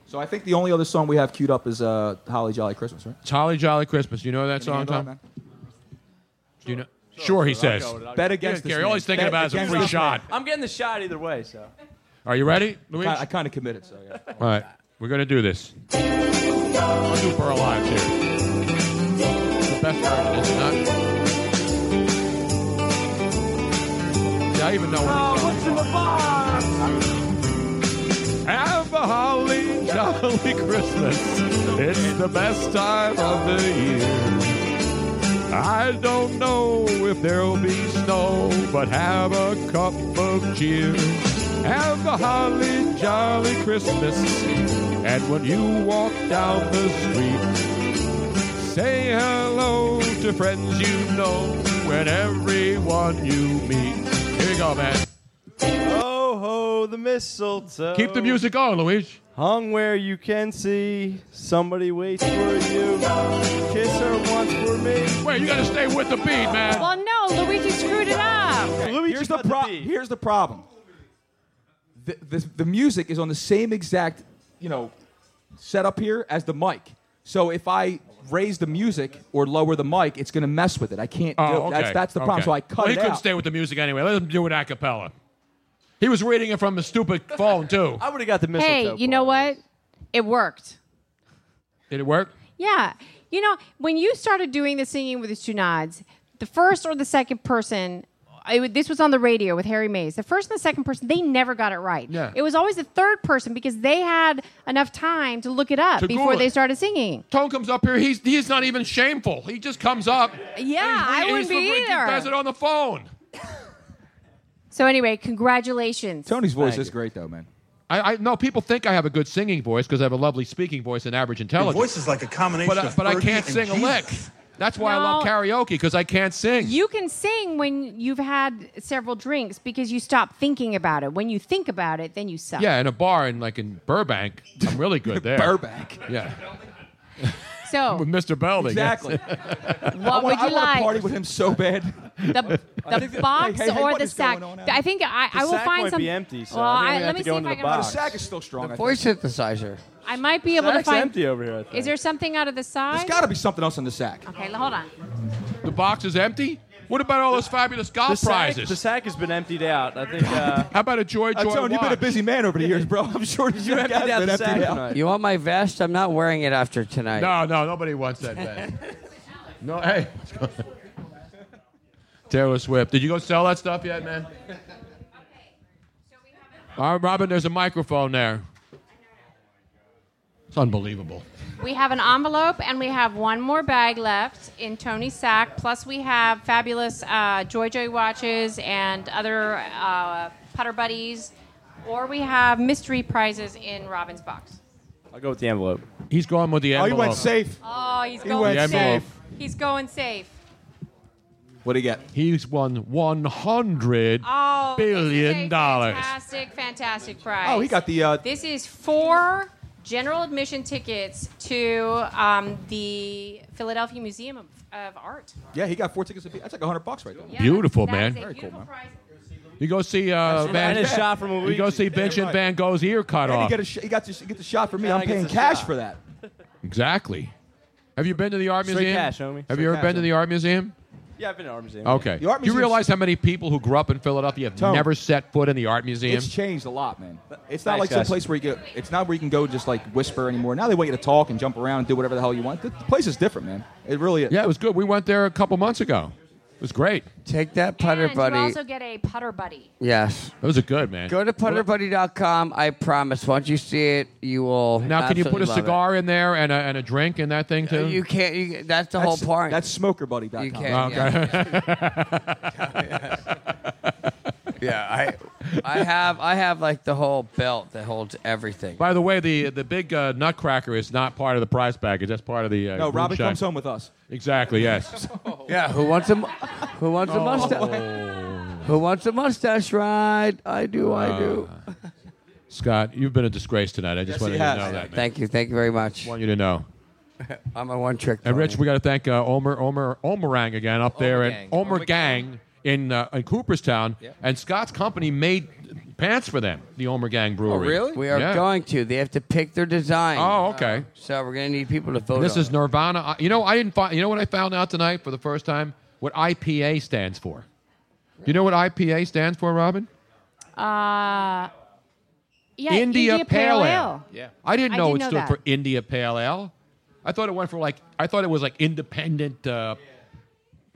Speaker 9: So I think the only other song we have queued up is uh, "Holly Jolly Christmas," right?
Speaker 6: Jolly Jolly Christmas. You know that
Speaker 9: Can you
Speaker 6: song,
Speaker 9: handle
Speaker 6: Tom?
Speaker 9: that,
Speaker 6: Do you know? Sure, he
Speaker 9: sure, I'll
Speaker 6: says.
Speaker 9: go with it. I'll Bet go. against
Speaker 6: Yeah,
Speaker 9: this
Speaker 6: Gary,
Speaker 9: man.
Speaker 6: all he's thinking
Speaker 9: Bet
Speaker 6: about is a
Speaker 9: against
Speaker 6: free
Speaker 9: this man.
Speaker 6: shot.
Speaker 13: I'm getting the shot either way, so.
Speaker 6: Are you ready, Luis?
Speaker 9: I kind of committed, so yeah.
Speaker 6: All right, we're gonna do this. I'll do Burl Lives here. It's the best version, is it not? Yeah, I even know what it is.
Speaker 11: what's in the box?
Speaker 6: Have a holly jolly Christmas. It's the best time of the year. I don't know if there'll be snow, but have a cup of cheer. Have a holly jolly Christmas. And when you walk down the street, say hello to friends you know and everyone you meet. Here you go, man.
Speaker 16: Oh ho, the mistletoe.
Speaker 6: Keep the music going, Luigi.
Speaker 16: Hung where you can see. Somebody waits for you. Kiss her once for me.
Speaker 6: Wait, you gotta stay with the beat, man.
Speaker 5: Well, no, Luigi screwed it up.
Speaker 9: here's the, pro- here's the problem. The, the, the music is on the same exact, you know, setup here as the mic. So if I raise the music or lower the mic, it's going to mess with it. I can't do
Speaker 6: Oh,
Speaker 9: it.
Speaker 6: okay.
Speaker 9: That's, that's the problem.
Speaker 6: okay.
Speaker 9: So I cut
Speaker 6: well, he
Speaker 9: it
Speaker 6: couldn't
Speaker 9: out.
Speaker 6: stay with the music anyway. Let him do it a cappella. He was reading it from his stupid phone, too. I
Speaker 16: would have got the
Speaker 5: Hey, you know what? It worked.
Speaker 6: Did it work?
Speaker 5: Yeah. You know, when you started doing the singing with the two nods, the first or the second person, I would- this was on the radio with Harry Mays. The first and the second person, they never got it right.
Speaker 6: Yeah.
Speaker 5: It was always the third person because they had enough time to look it up
Speaker 6: To
Speaker 5: before
Speaker 6: Google
Speaker 5: they
Speaker 6: it.
Speaker 5: started singing.
Speaker 6: Tone comes up here. He's he's not even shameful. He just comes up.
Speaker 5: Yeah,
Speaker 6: and he's re-
Speaker 5: I
Speaker 6: he's
Speaker 5: wouldn't be
Speaker 6: re-
Speaker 5: either.
Speaker 6: He does it on the phone.
Speaker 5: So anyway, congratulations.
Speaker 9: Tony's voice is great, though, man.
Speaker 6: I, I no people think I have a good singing voice because I have a lovely speaking voice and average intelligence.
Speaker 17: voice is like a combination
Speaker 6: But, I-
Speaker 17: of
Speaker 6: but I
Speaker 17: Fergie
Speaker 6: can't
Speaker 17: and
Speaker 6: sing a
Speaker 17: Jesus.
Speaker 6: lick. That's why I love
Speaker 5: No.
Speaker 6: karaoke because I can't sing.
Speaker 5: You can sing when you've had several drinks because you stop thinking about it. When you think about it, then you suck.
Speaker 6: yeah, in a bar in like in Burbank, I'm really good there. Burbank. Yeah.
Speaker 5: So
Speaker 6: With Mr. Belding. yes.
Speaker 9: Exactly.
Speaker 5: what would you
Speaker 9: I want
Speaker 5: like?
Speaker 9: to party with him so bad.
Speaker 5: the,
Speaker 9: I
Speaker 5: the
Speaker 9: think that-
Speaker 5: box
Speaker 9: Hey, hey, hey,
Speaker 5: or
Speaker 9: what
Speaker 5: the
Speaker 9: is going
Speaker 5: sack.
Speaker 9: on out
Speaker 5: I think I,
Speaker 9: The
Speaker 5: I will
Speaker 9: sack
Speaker 5: find
Speaker 9: might
Speaker 5: some.
Speaker 9: be empty,
Speaker 16: so I think we have
Speaker 5: let
Speaker 16: to
Speaker 5: me
Speaker 16: go
Speaker 5: see if
Speaker 16: into
Speaker 5: I
Speaker 16: the
Speaker 5: can.
Speaker 9: The
Speaker 16: box.
Speaker 9: sack is still strong. I think.
Speaker 7: voice synthesizer.
Speaker 5: I might be able to find.
Speaker 16: empty over here.
Speaker 5: Is there something out of the side?
Speaker 9: There's got to be something else in the sack.
Speaker 5: Okay, l- hold on.
Speaker 6: The box is empty? What about all those fabulous golf
Speaker 16: the sack,
Speaker 6: prizes?
Speaker 16: the sack has been emptied out. I think. Uh,
Speaker 6: How about a Joy
Speaker 16: Uh,
Speaker 6: Joy
Speaker 16: Tony, you've been a
Speaker 6: watch?
Speaker 16: busy
Speaker 9: man over the years, bro. I'm sure
Speaker 16: You emptied out the sack tonight.
Speaker 7: You want my vest? I'm not wearing it after tonight.
Speaker 6: No, no, nobody wants that bad. no, hey. Taylor Swift. Did you go sell that stuff yet, man? All right, Robin, there's a microphone there. It's unbelievable.
Speaker 5: We have an envelope and we have one more bag left in Tony's sack. Plus, we have fabulous uh, Joy Joy watches and other uh, putter buddies. Or we have mystery prizes in Robin's box.
Speaker 16: I'll go with the envelope.
Speaker 6: He's going with the
Speaker 16: envelope.
Speaker 5: Oh, he's
Speaker 6: He
Speaker 5: going
Speaker 6: went
Speaker 5: safe.
Speaker 6: safe.
Speaker 5: He's going safe.
Speaker 6: What do you get? He's won one hundred billion
Speaker 5: Oh, this is a
Speaker 6: dollars.
Speaker 5: Fantastic, fantastic prize.
Speaker 6: Oh, he got the, uh,
Speaker 5: this is four general admission tickets to um, the Philadelphia Museum of, of Art.
Speaker 9: Yeah, he got four tickets a piece. That's like 100 bucks right there.
Speaker 6: Beautiful, man.
Speaker 9: Very cool, man.
Speaker 6: You go see uh,
Speaker 9: That's
Speaker 6: Van.
Speaker 9: not a shot from a
Speaker 6: you go
Speaker 9: week.
Speaker 6: see Vincent
Speaker 9: Right.
Speaker 6: Van Gogh's ear cut
Speaker 9: And he,
Speaker 6: off.
Speaker 9: get a sh- he, got to, he gets a shot for me.
Speaker 16: And
Speaker 9: I'm
Speaker 16: he gets
Speaker 9: paying
Speaker 16: a
Speaker 9: cash
Speaker 16: shot.
Speaker 9: for that.
Speaker 6: Exactly. Have you been to the art
Speaker 16: Straight
Speaker 6: museum?
Speaker 16: cash, homie.
Speaker 6: Have
Speaker 16: Straight
Speaker 6: you ever
Speaker 16: cash,
Speaker 6: been to
Speaker 16: homie.
Speaker 6: the art museum?
Speaker 16: Yeah, I've been to Art Museum.
Speaker 6: Okay.
Speaker 16: The Art
Speaker 6: Do you
Speaker 16: Museum's-
Speaker 6: realize how many people who grew up in Philadelphia have
Speaker 9: Tony.
Speaker 6: never set foot in the art museum?
Speaker 9: It's changed a lot, man. It's not
Speaker 6: Thanks,
Speaker 9: like some
Speaker 6: guys.
Speaker 9: place where you go. It's not where you can go just like whisper anymore. Now they want you to talk and jump around and do whatever the hell you want. The the place is different, man. It really is.
Speaker 6: Yeah, it was good. We went there a couple months ago. It was great.
Speaker 7: Take that putter
Speaker 5: and
Speaker 7: buddy.
Speaker 5: you also get a putter buddy.
Speaker 7: yes.
Speaker 6: Those are good, man.
Speaker 7: Go to putterbuddy.com. I promise. Once you see it, you will.
Speaker 6: Now, can you put a
Speaker 7: absolutely love it.
Speaker 6: cigar in there and a, and a drink in that thing too?
Speaker 7: Uh, You can't. You, that's the
Speaker 9: That's-
Speaker 7: whole point.
Speaker 9: That's smokerbuddy.com.
Speaker 7: You can't. Yeah. yeah, I, I have, I have like the whole belt that holds everything.
Speaker 6: By the way, the the big uh, nutcracker is not part of the prize package. That's part of the uh,
Speaker 9: No, Robin
Speaker 6: moonshine.
Speaker 9: comes home with us.
Speaker 6: Exactly. Yes.
Speaker 7: Yeah, who wants a, mu- who wants a mustache? Who wants a mustache ride? I do, I do.
Speaker 6: Scott, you've been a disgrace tonight. I just
Speaker 7: Yes,
Speaker 6: wanted
Speaker 7: he
Speaker 6: you to
Speaker 7: has.
Speaker 6: know that. Man.
Speaker 7: Thank you, thank you very much.
Speaker 6: Want you to know.
Speaker 7: I'm a one trick.
Speaker 6: And Rich, we got to thank uh, Omer Omer Omerang again up there at
Speaker 7: Omergang.
Speaker 6: Omer Gang in uh, in Cooperstown.
Speaker 7: Yep.
Speaker 6: And Scott's company made pants for them, the Omer Gang Brewery.
Speaker 7: Oh, We are
Speaker 6: Yeah.
Speaker 7: going to. They have to pick their design. Uh,
Speaker 6: Oh, okay.
Speaker 7: So we're gonna need people to vote.
Speaker 6: And this
Speaker 7: on
Speaker 6: is Nirvana. I- You know, I didn't find. You know what I found out tonight for the first time? What IPA stands for. Do you know what IPA stands for, Robin?
Speaker 5: Uh, yeah,
Speaker 6: India, Pale Ale.
Speaker 5: Yeah.
Speaker 6: I didn't know it stood
Speaker 5: that.
Speaker 6: for India Pale Ale. I thought it went for like I thought it was like independent uh,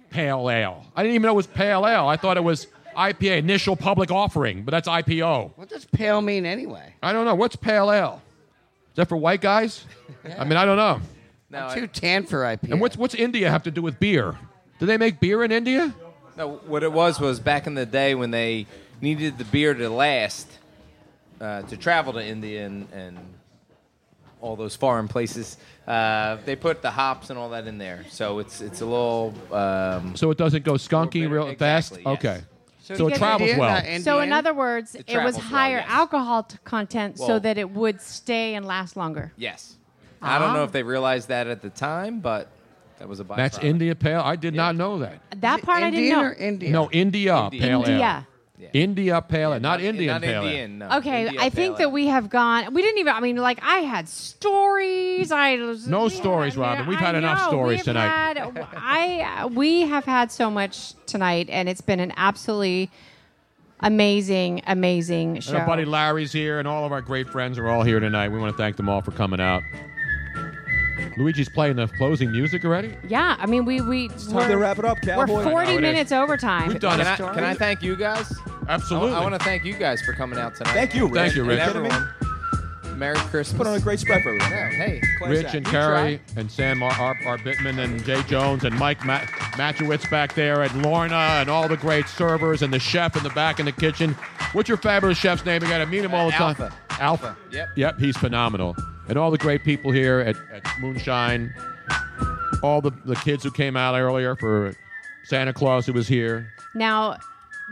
Speaker 6: pale ale. I didn't even know it was pale ale. I thought it was IPA, initial public offering, but that's IPO.
Speaker 7: What does pale mean anyway?
Speaker 6: I don't know what's pale ale. Is that for white guys? I mean, I don't know.
Speaker 7: I'm too tan for IP.
Speaker 6: And what's what's India have to do with beer? Do they make beer in India?
Speaker 18: No, what it was was back in the day when they needed the beer to last, uh, to travel to India and, and all those foreign places. Uh, they put the hops and all that in there, so it's it's a little. Um,
Speaker 6: So it doesn't go skunky real fast. Okay. So, it travels well.
Speaker 5: So, in other words,
Speaker 18: It
Speaker 5: it, was
Speaker 18: travels well,
Speaker 5: higher alcohol t- content so
Speaker 18: Well-
Speaker 5: that it would stay and last longer.
Speaker 18: yes, I don't know
Speaker 5: Ah.
Speaker 18: if they realized that at the time, but that was a byproduct.
Speaker 6: That's India pale. I did not know that.
Speaker 5: That part I didn't know.
Speaker 6: No, India,
Speaker 18: India.
Speaker 6: pale
Speaker 5: India.
Speaker 6: ale. India pale ale, not Indian
Speaker 18: not
Speaker 6: pale
Speaker 18: Indian,
Speaker 6: ale.
Speaker 18: no.
Speaker 5: Okay,
Speaker 18: India
Speaker 5: I think
Speaker 18: Pale
Speaker 5: that we have gone. We didn't even. I mean, like I had stories. I was-
Speaker 6: No
Speaker 5: we
Speaker 6: stories, Robin. We've had
Speaker 5: I
Speaker 6: enough
Speaker 5: know,
Speaker 6: stories
Speaker 5: we've
Speaker 6: tonight.
Speaker 5: had- I uh, we have had so much tonight, and it's been an absolutely amazing, amazing
Speaker 6: And our
Speaker 5: show.
Speaker 6: buddy Larry's here, and all of our great friends are all here tonight. We want to thank them all for coming out. Luigi's playing the closing music already.
Speaker 5: Yeah, I mean, we we
Speaker 9: time to wrap it up,
Speaker 5: We're
Speaker 6: cowboy. I know
Speaker 5: forty
Speaker 6: it is.
Speaker 5: minutes overtime.
Speaker 6: We've done
Speaker 18: can
Speaker 6: it.
Speaker 18: I, can I thank you guys?
Speaker 6: Absolutely.
Speaker 18: I, want to thank you guys for coming out tonight.
Speaker 9: Thank you, Rich.
Speaker 6: Thank you,
Speaker 18: And
Speaker 6: Rich.
Speaker 18: everyone. Merry Christmas.
Speaker 9: Put on a great spread for everyone.
Speaker 18: Yeah, hey, class
Speaker 6: Rich
Speaker 18: act.
Speaker 6: and
Speaker 18: You
Speaker 6: Carrie and Sam R. R. R. Bittman and Jay Jones and Mike Ma- Matchewitz back there and Lorna and all the great servers and the chef in the back in the kitchen. What's your fabulous chef's name? You got to meet him all the
Speaker 18: Uh,
Speaker 6: time.
Speaker 18: Alpha.
Speaker 6: Alpha.
Speaker 18: Yep.
Speaker 6: Yep. He's phenomenal. And all the great people here at, at Moonshine. All the, the kids who came out earlier for Santa Claus who was here.
Speaker 5: Now,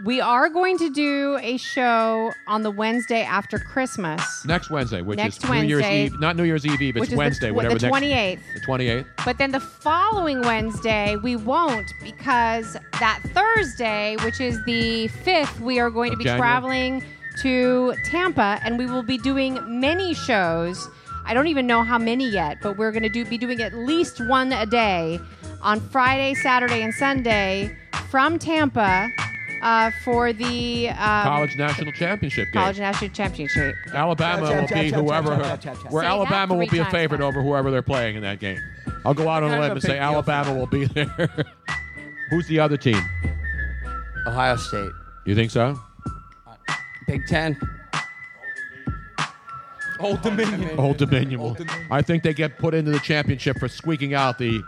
Speaker 5: we are going to do a show on the Wednesday after Christmas,
Speaker 6: Next Wednesday, which
Speaker 5: Next
Speaker 6: is New Year's
Speaker 5: Wednesday.
Speaker 6: Eve. Not New Year's Eve, Eve. It's
Speaker 5: Which is the
Speaker 6: Wednesday,
Speaker 5: tw-
Speaker 6: whatever.
Speaker 5: the 28th.
Speaker 6: Next, the 28th.
Speaker 5: but then the following Wednesday we won't because that Thursday, which is the 5th, we are going to
Speaker 17: Of
Speaker 5: be
Speaker 17: January.
Speaker 5: traveling to Tampa and we will be doing many shows. I don't even know how many yet, but we're going to do be doing at least one a day on Friday, Saturday, and Sunday from Tampa uh, for the um,
Speaker 6: College national championship game.
Speaker 5: college national championship.
Speaker 6: Alabama
Speaker 5: Chap,
Speaker 6: will
Speaker 5: chap,
Speaker 6: be
Speaker 5: chap,
Speaker 6: whoever,
Speaker 5: chap, chap, chap, chap.
Speaker 6: where
Speaker 5: Say that
Speaker 6: Alabama will
Speaker 5: three
Speaker 6: be a
Speaker 5: times
Speaker 6: favorite over whoever they're playing in that game. I'll go out on a
Speaker 7: Kind
Speaker 6: limb
Speaker 7: of a
Speaker 6: and
Speaker 7: big
Speaker 6: say
Speaker 7: deal for
Speaker 6: Alabama will be there. Who's the other team?
Speaker 7: Ohio State.
Speaker 6: You think so?
Speaker 7: Big Ten.
Speaker 9: Old Dominion.
Speaker 6: Old Dominion. will- I think they get put into the championship for squeaking out the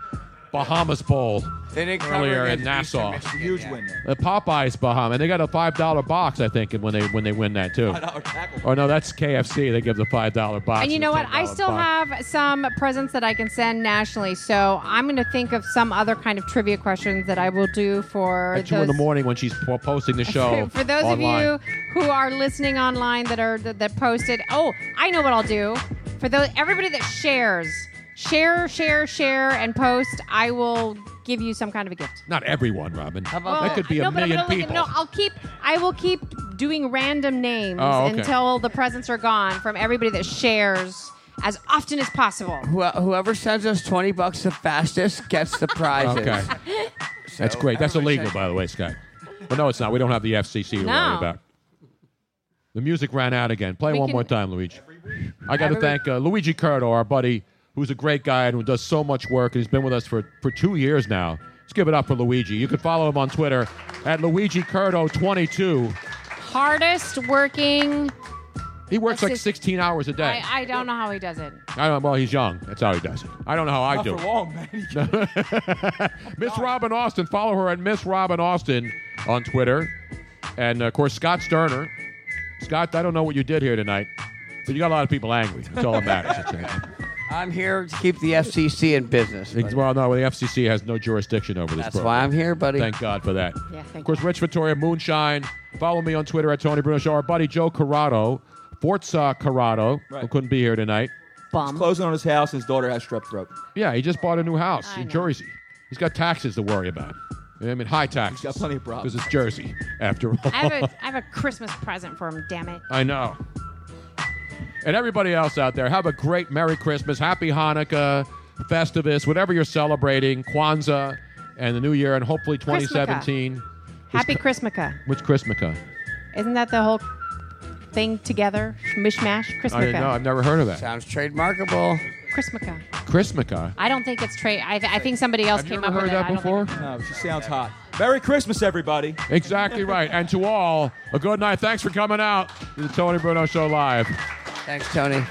Speaker 6: Bahamas Bowl
Speaker 7: They didn't cover
Speaker 6: earlier in
Speaker 7: against Eastern
Speaker 6: Nassau.
Speaker 7: Michigan,
Speaker 9: Huge
Speaker 7: yeah.
Speaker 9: win there.
Speaker 6: The Popeyes Bahama, and they got a five dollar box, I think, when they when they win that too.
Speaker 9: $5 tackle.
Speaker 6: Oh no, that's KFC. They give the five dollar box.
Speaker 5: And you
Speaker 6: to
Speaker 5: know
Speaker 6: the
Speaker 5: what? I
Speaker 6: $10
Speaker 5: still
Speaker 6: box.
Speaker 5: have some presents that I can send nationally, so I'm going to think of some other kind of trivia questions that I will do for
Speaker 6: at two in
Speaker 5: those
Speaker 6: the morning when she's po- posting the show.
Speaker 5: for those
Speaker 6: online.
Speaker 5: of you who are listening online that are that, that posted oh i know what i'll do for those everybody that shares share share share and post i will give you some kind of a gift
Speaker 6: not everyone, Robin.
Speaker 5: Well,
Speaker 6: that could be
Speaker 5: no,
Speaker 6: a
Speaker 5: but I'm
Speaker 6: million
Speaker 5: gonna look at-
Speaker 6: people.
Speaker 5: no i'll keep i will keep doing random names
Speaker 6: Oh, okay.
Speaker 5: until the presents are gone from everybody that shares as often as possible
Speaker 7: Who- Whoever sends us 20 bucks the fastest gets the prizes.
Speaker 6: Okay. That's great. That's illegal, by the way, Scott. But no, it's not. We don't have the FCC to
Speaker 5: No.
Speaker 6: worry about. The music ran out again. Play
Speaker 5: We
Speaker 6: one
Speaker 5: can-
Speaker 6: more time, Luigi. I got to
Speaker 5: Every week.
Speaker 6: thank uh, Luigi Curto, our buddy, who's a great guy and who does so much work, and he's been with us for, for two years now. Let's give it up for Luigi. You can follow him on Twitter at Luigi Curto22.
Speaker 5: hardest working
Speaker 6: He works like
Speaker 5: Assist-
Speaker 6: 16 hours a day.
Speaker 5: I, I don't know how he does it
Speaker 6: I don't, well, he's young. That's how he does it. I don't know how I
Speaker 9: Not
Speaker 6: do
Speaker 9: for
Speaker 6: it.
Speaker 9: long, man.
Speaker 6: Miss Robin Austin. Follow her at Miss Robin Austin on Twitter. And of course, Scott Sterner. Scott, I don't know what you did here tonight, but you got a lot of people angry. That's all that matters.
Speaker 7: I'm here to keep the FCC in business. buddy.
Speaker 6: well, no, the FCC has no jurisdiction over this.
Speaker 7: That's
Speaker 6: program.
Speaker 7: why I'm here, buddy.
Speaker 6: Thank God for that.
Speaker 7: Yeah,
Speaker 6: of course, Rich Vittoria, Moonshine. Follow me on Twitter at Tony Bruno Show. Our buddy Joe Corrado, Forza Corrado, who
Speaker 9: Right.
Speaker 6: couldn't be here tonight.
Speaker 9: He's closing on his house. His daughter has strep throat.
Speaker 6: Yeah, he just bought a new house in Jersey. He's got taxes to worry about. I mean, high taxes. He's got plenty of problems. Because it's Jersey, after all.
Speaker 5: I have, a, I have a Christmas present for him, damn it.
Speaker 6: I know. And everybody else out there, have a great Merry Christmas, Happy Hanukkah, Festivus, whatever you're celebrating, Kwanzaa, and the New Year, and hopefully 2017.
Speaker 5: Happy Christmaka.
Speaker 6: Which Christmaka?
Speaker 5: Isn't that the whole thing together? Mishmash? Christmaka.
Speaker 6: I didn't know. I've never heard of that.
Speaker 7: Sounds trademarkable.
Speaker 5: Christmaka.
Speaker 6: Christmaka.
Speaker 5: I don't think it's trade. I, I think somebody else came up with it. I don't think-
Speaker 9: No, she sounds hot. Merry Christmas, everybody.
Speaker 6: Exactly right. And to all, a good night. Thanks for coming out to the Tony Bruno Show Live.
Speaker 7: Thanks, Tony.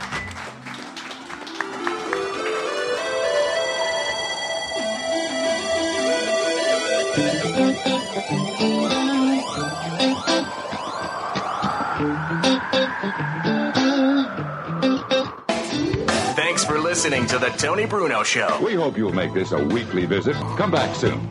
Speaker 19: Thanks for listening to The Tony Bruno Show. We hope you'll make this a weekly visit. Come back soon.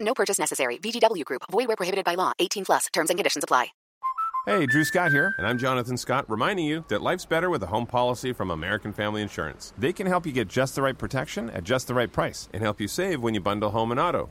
Speaker 20: No purchase necessary. VGW Group. Void where prohibited by law. 18 plus. Terms and conditions apply.
Speaker 2: Hey, Drew Scott here, and I'm Jonathan Scott, reminding you that life's better with a home policy from American Family Insurance. They can help you get just the right protection at just the right price and help you save when you bundle home and auto.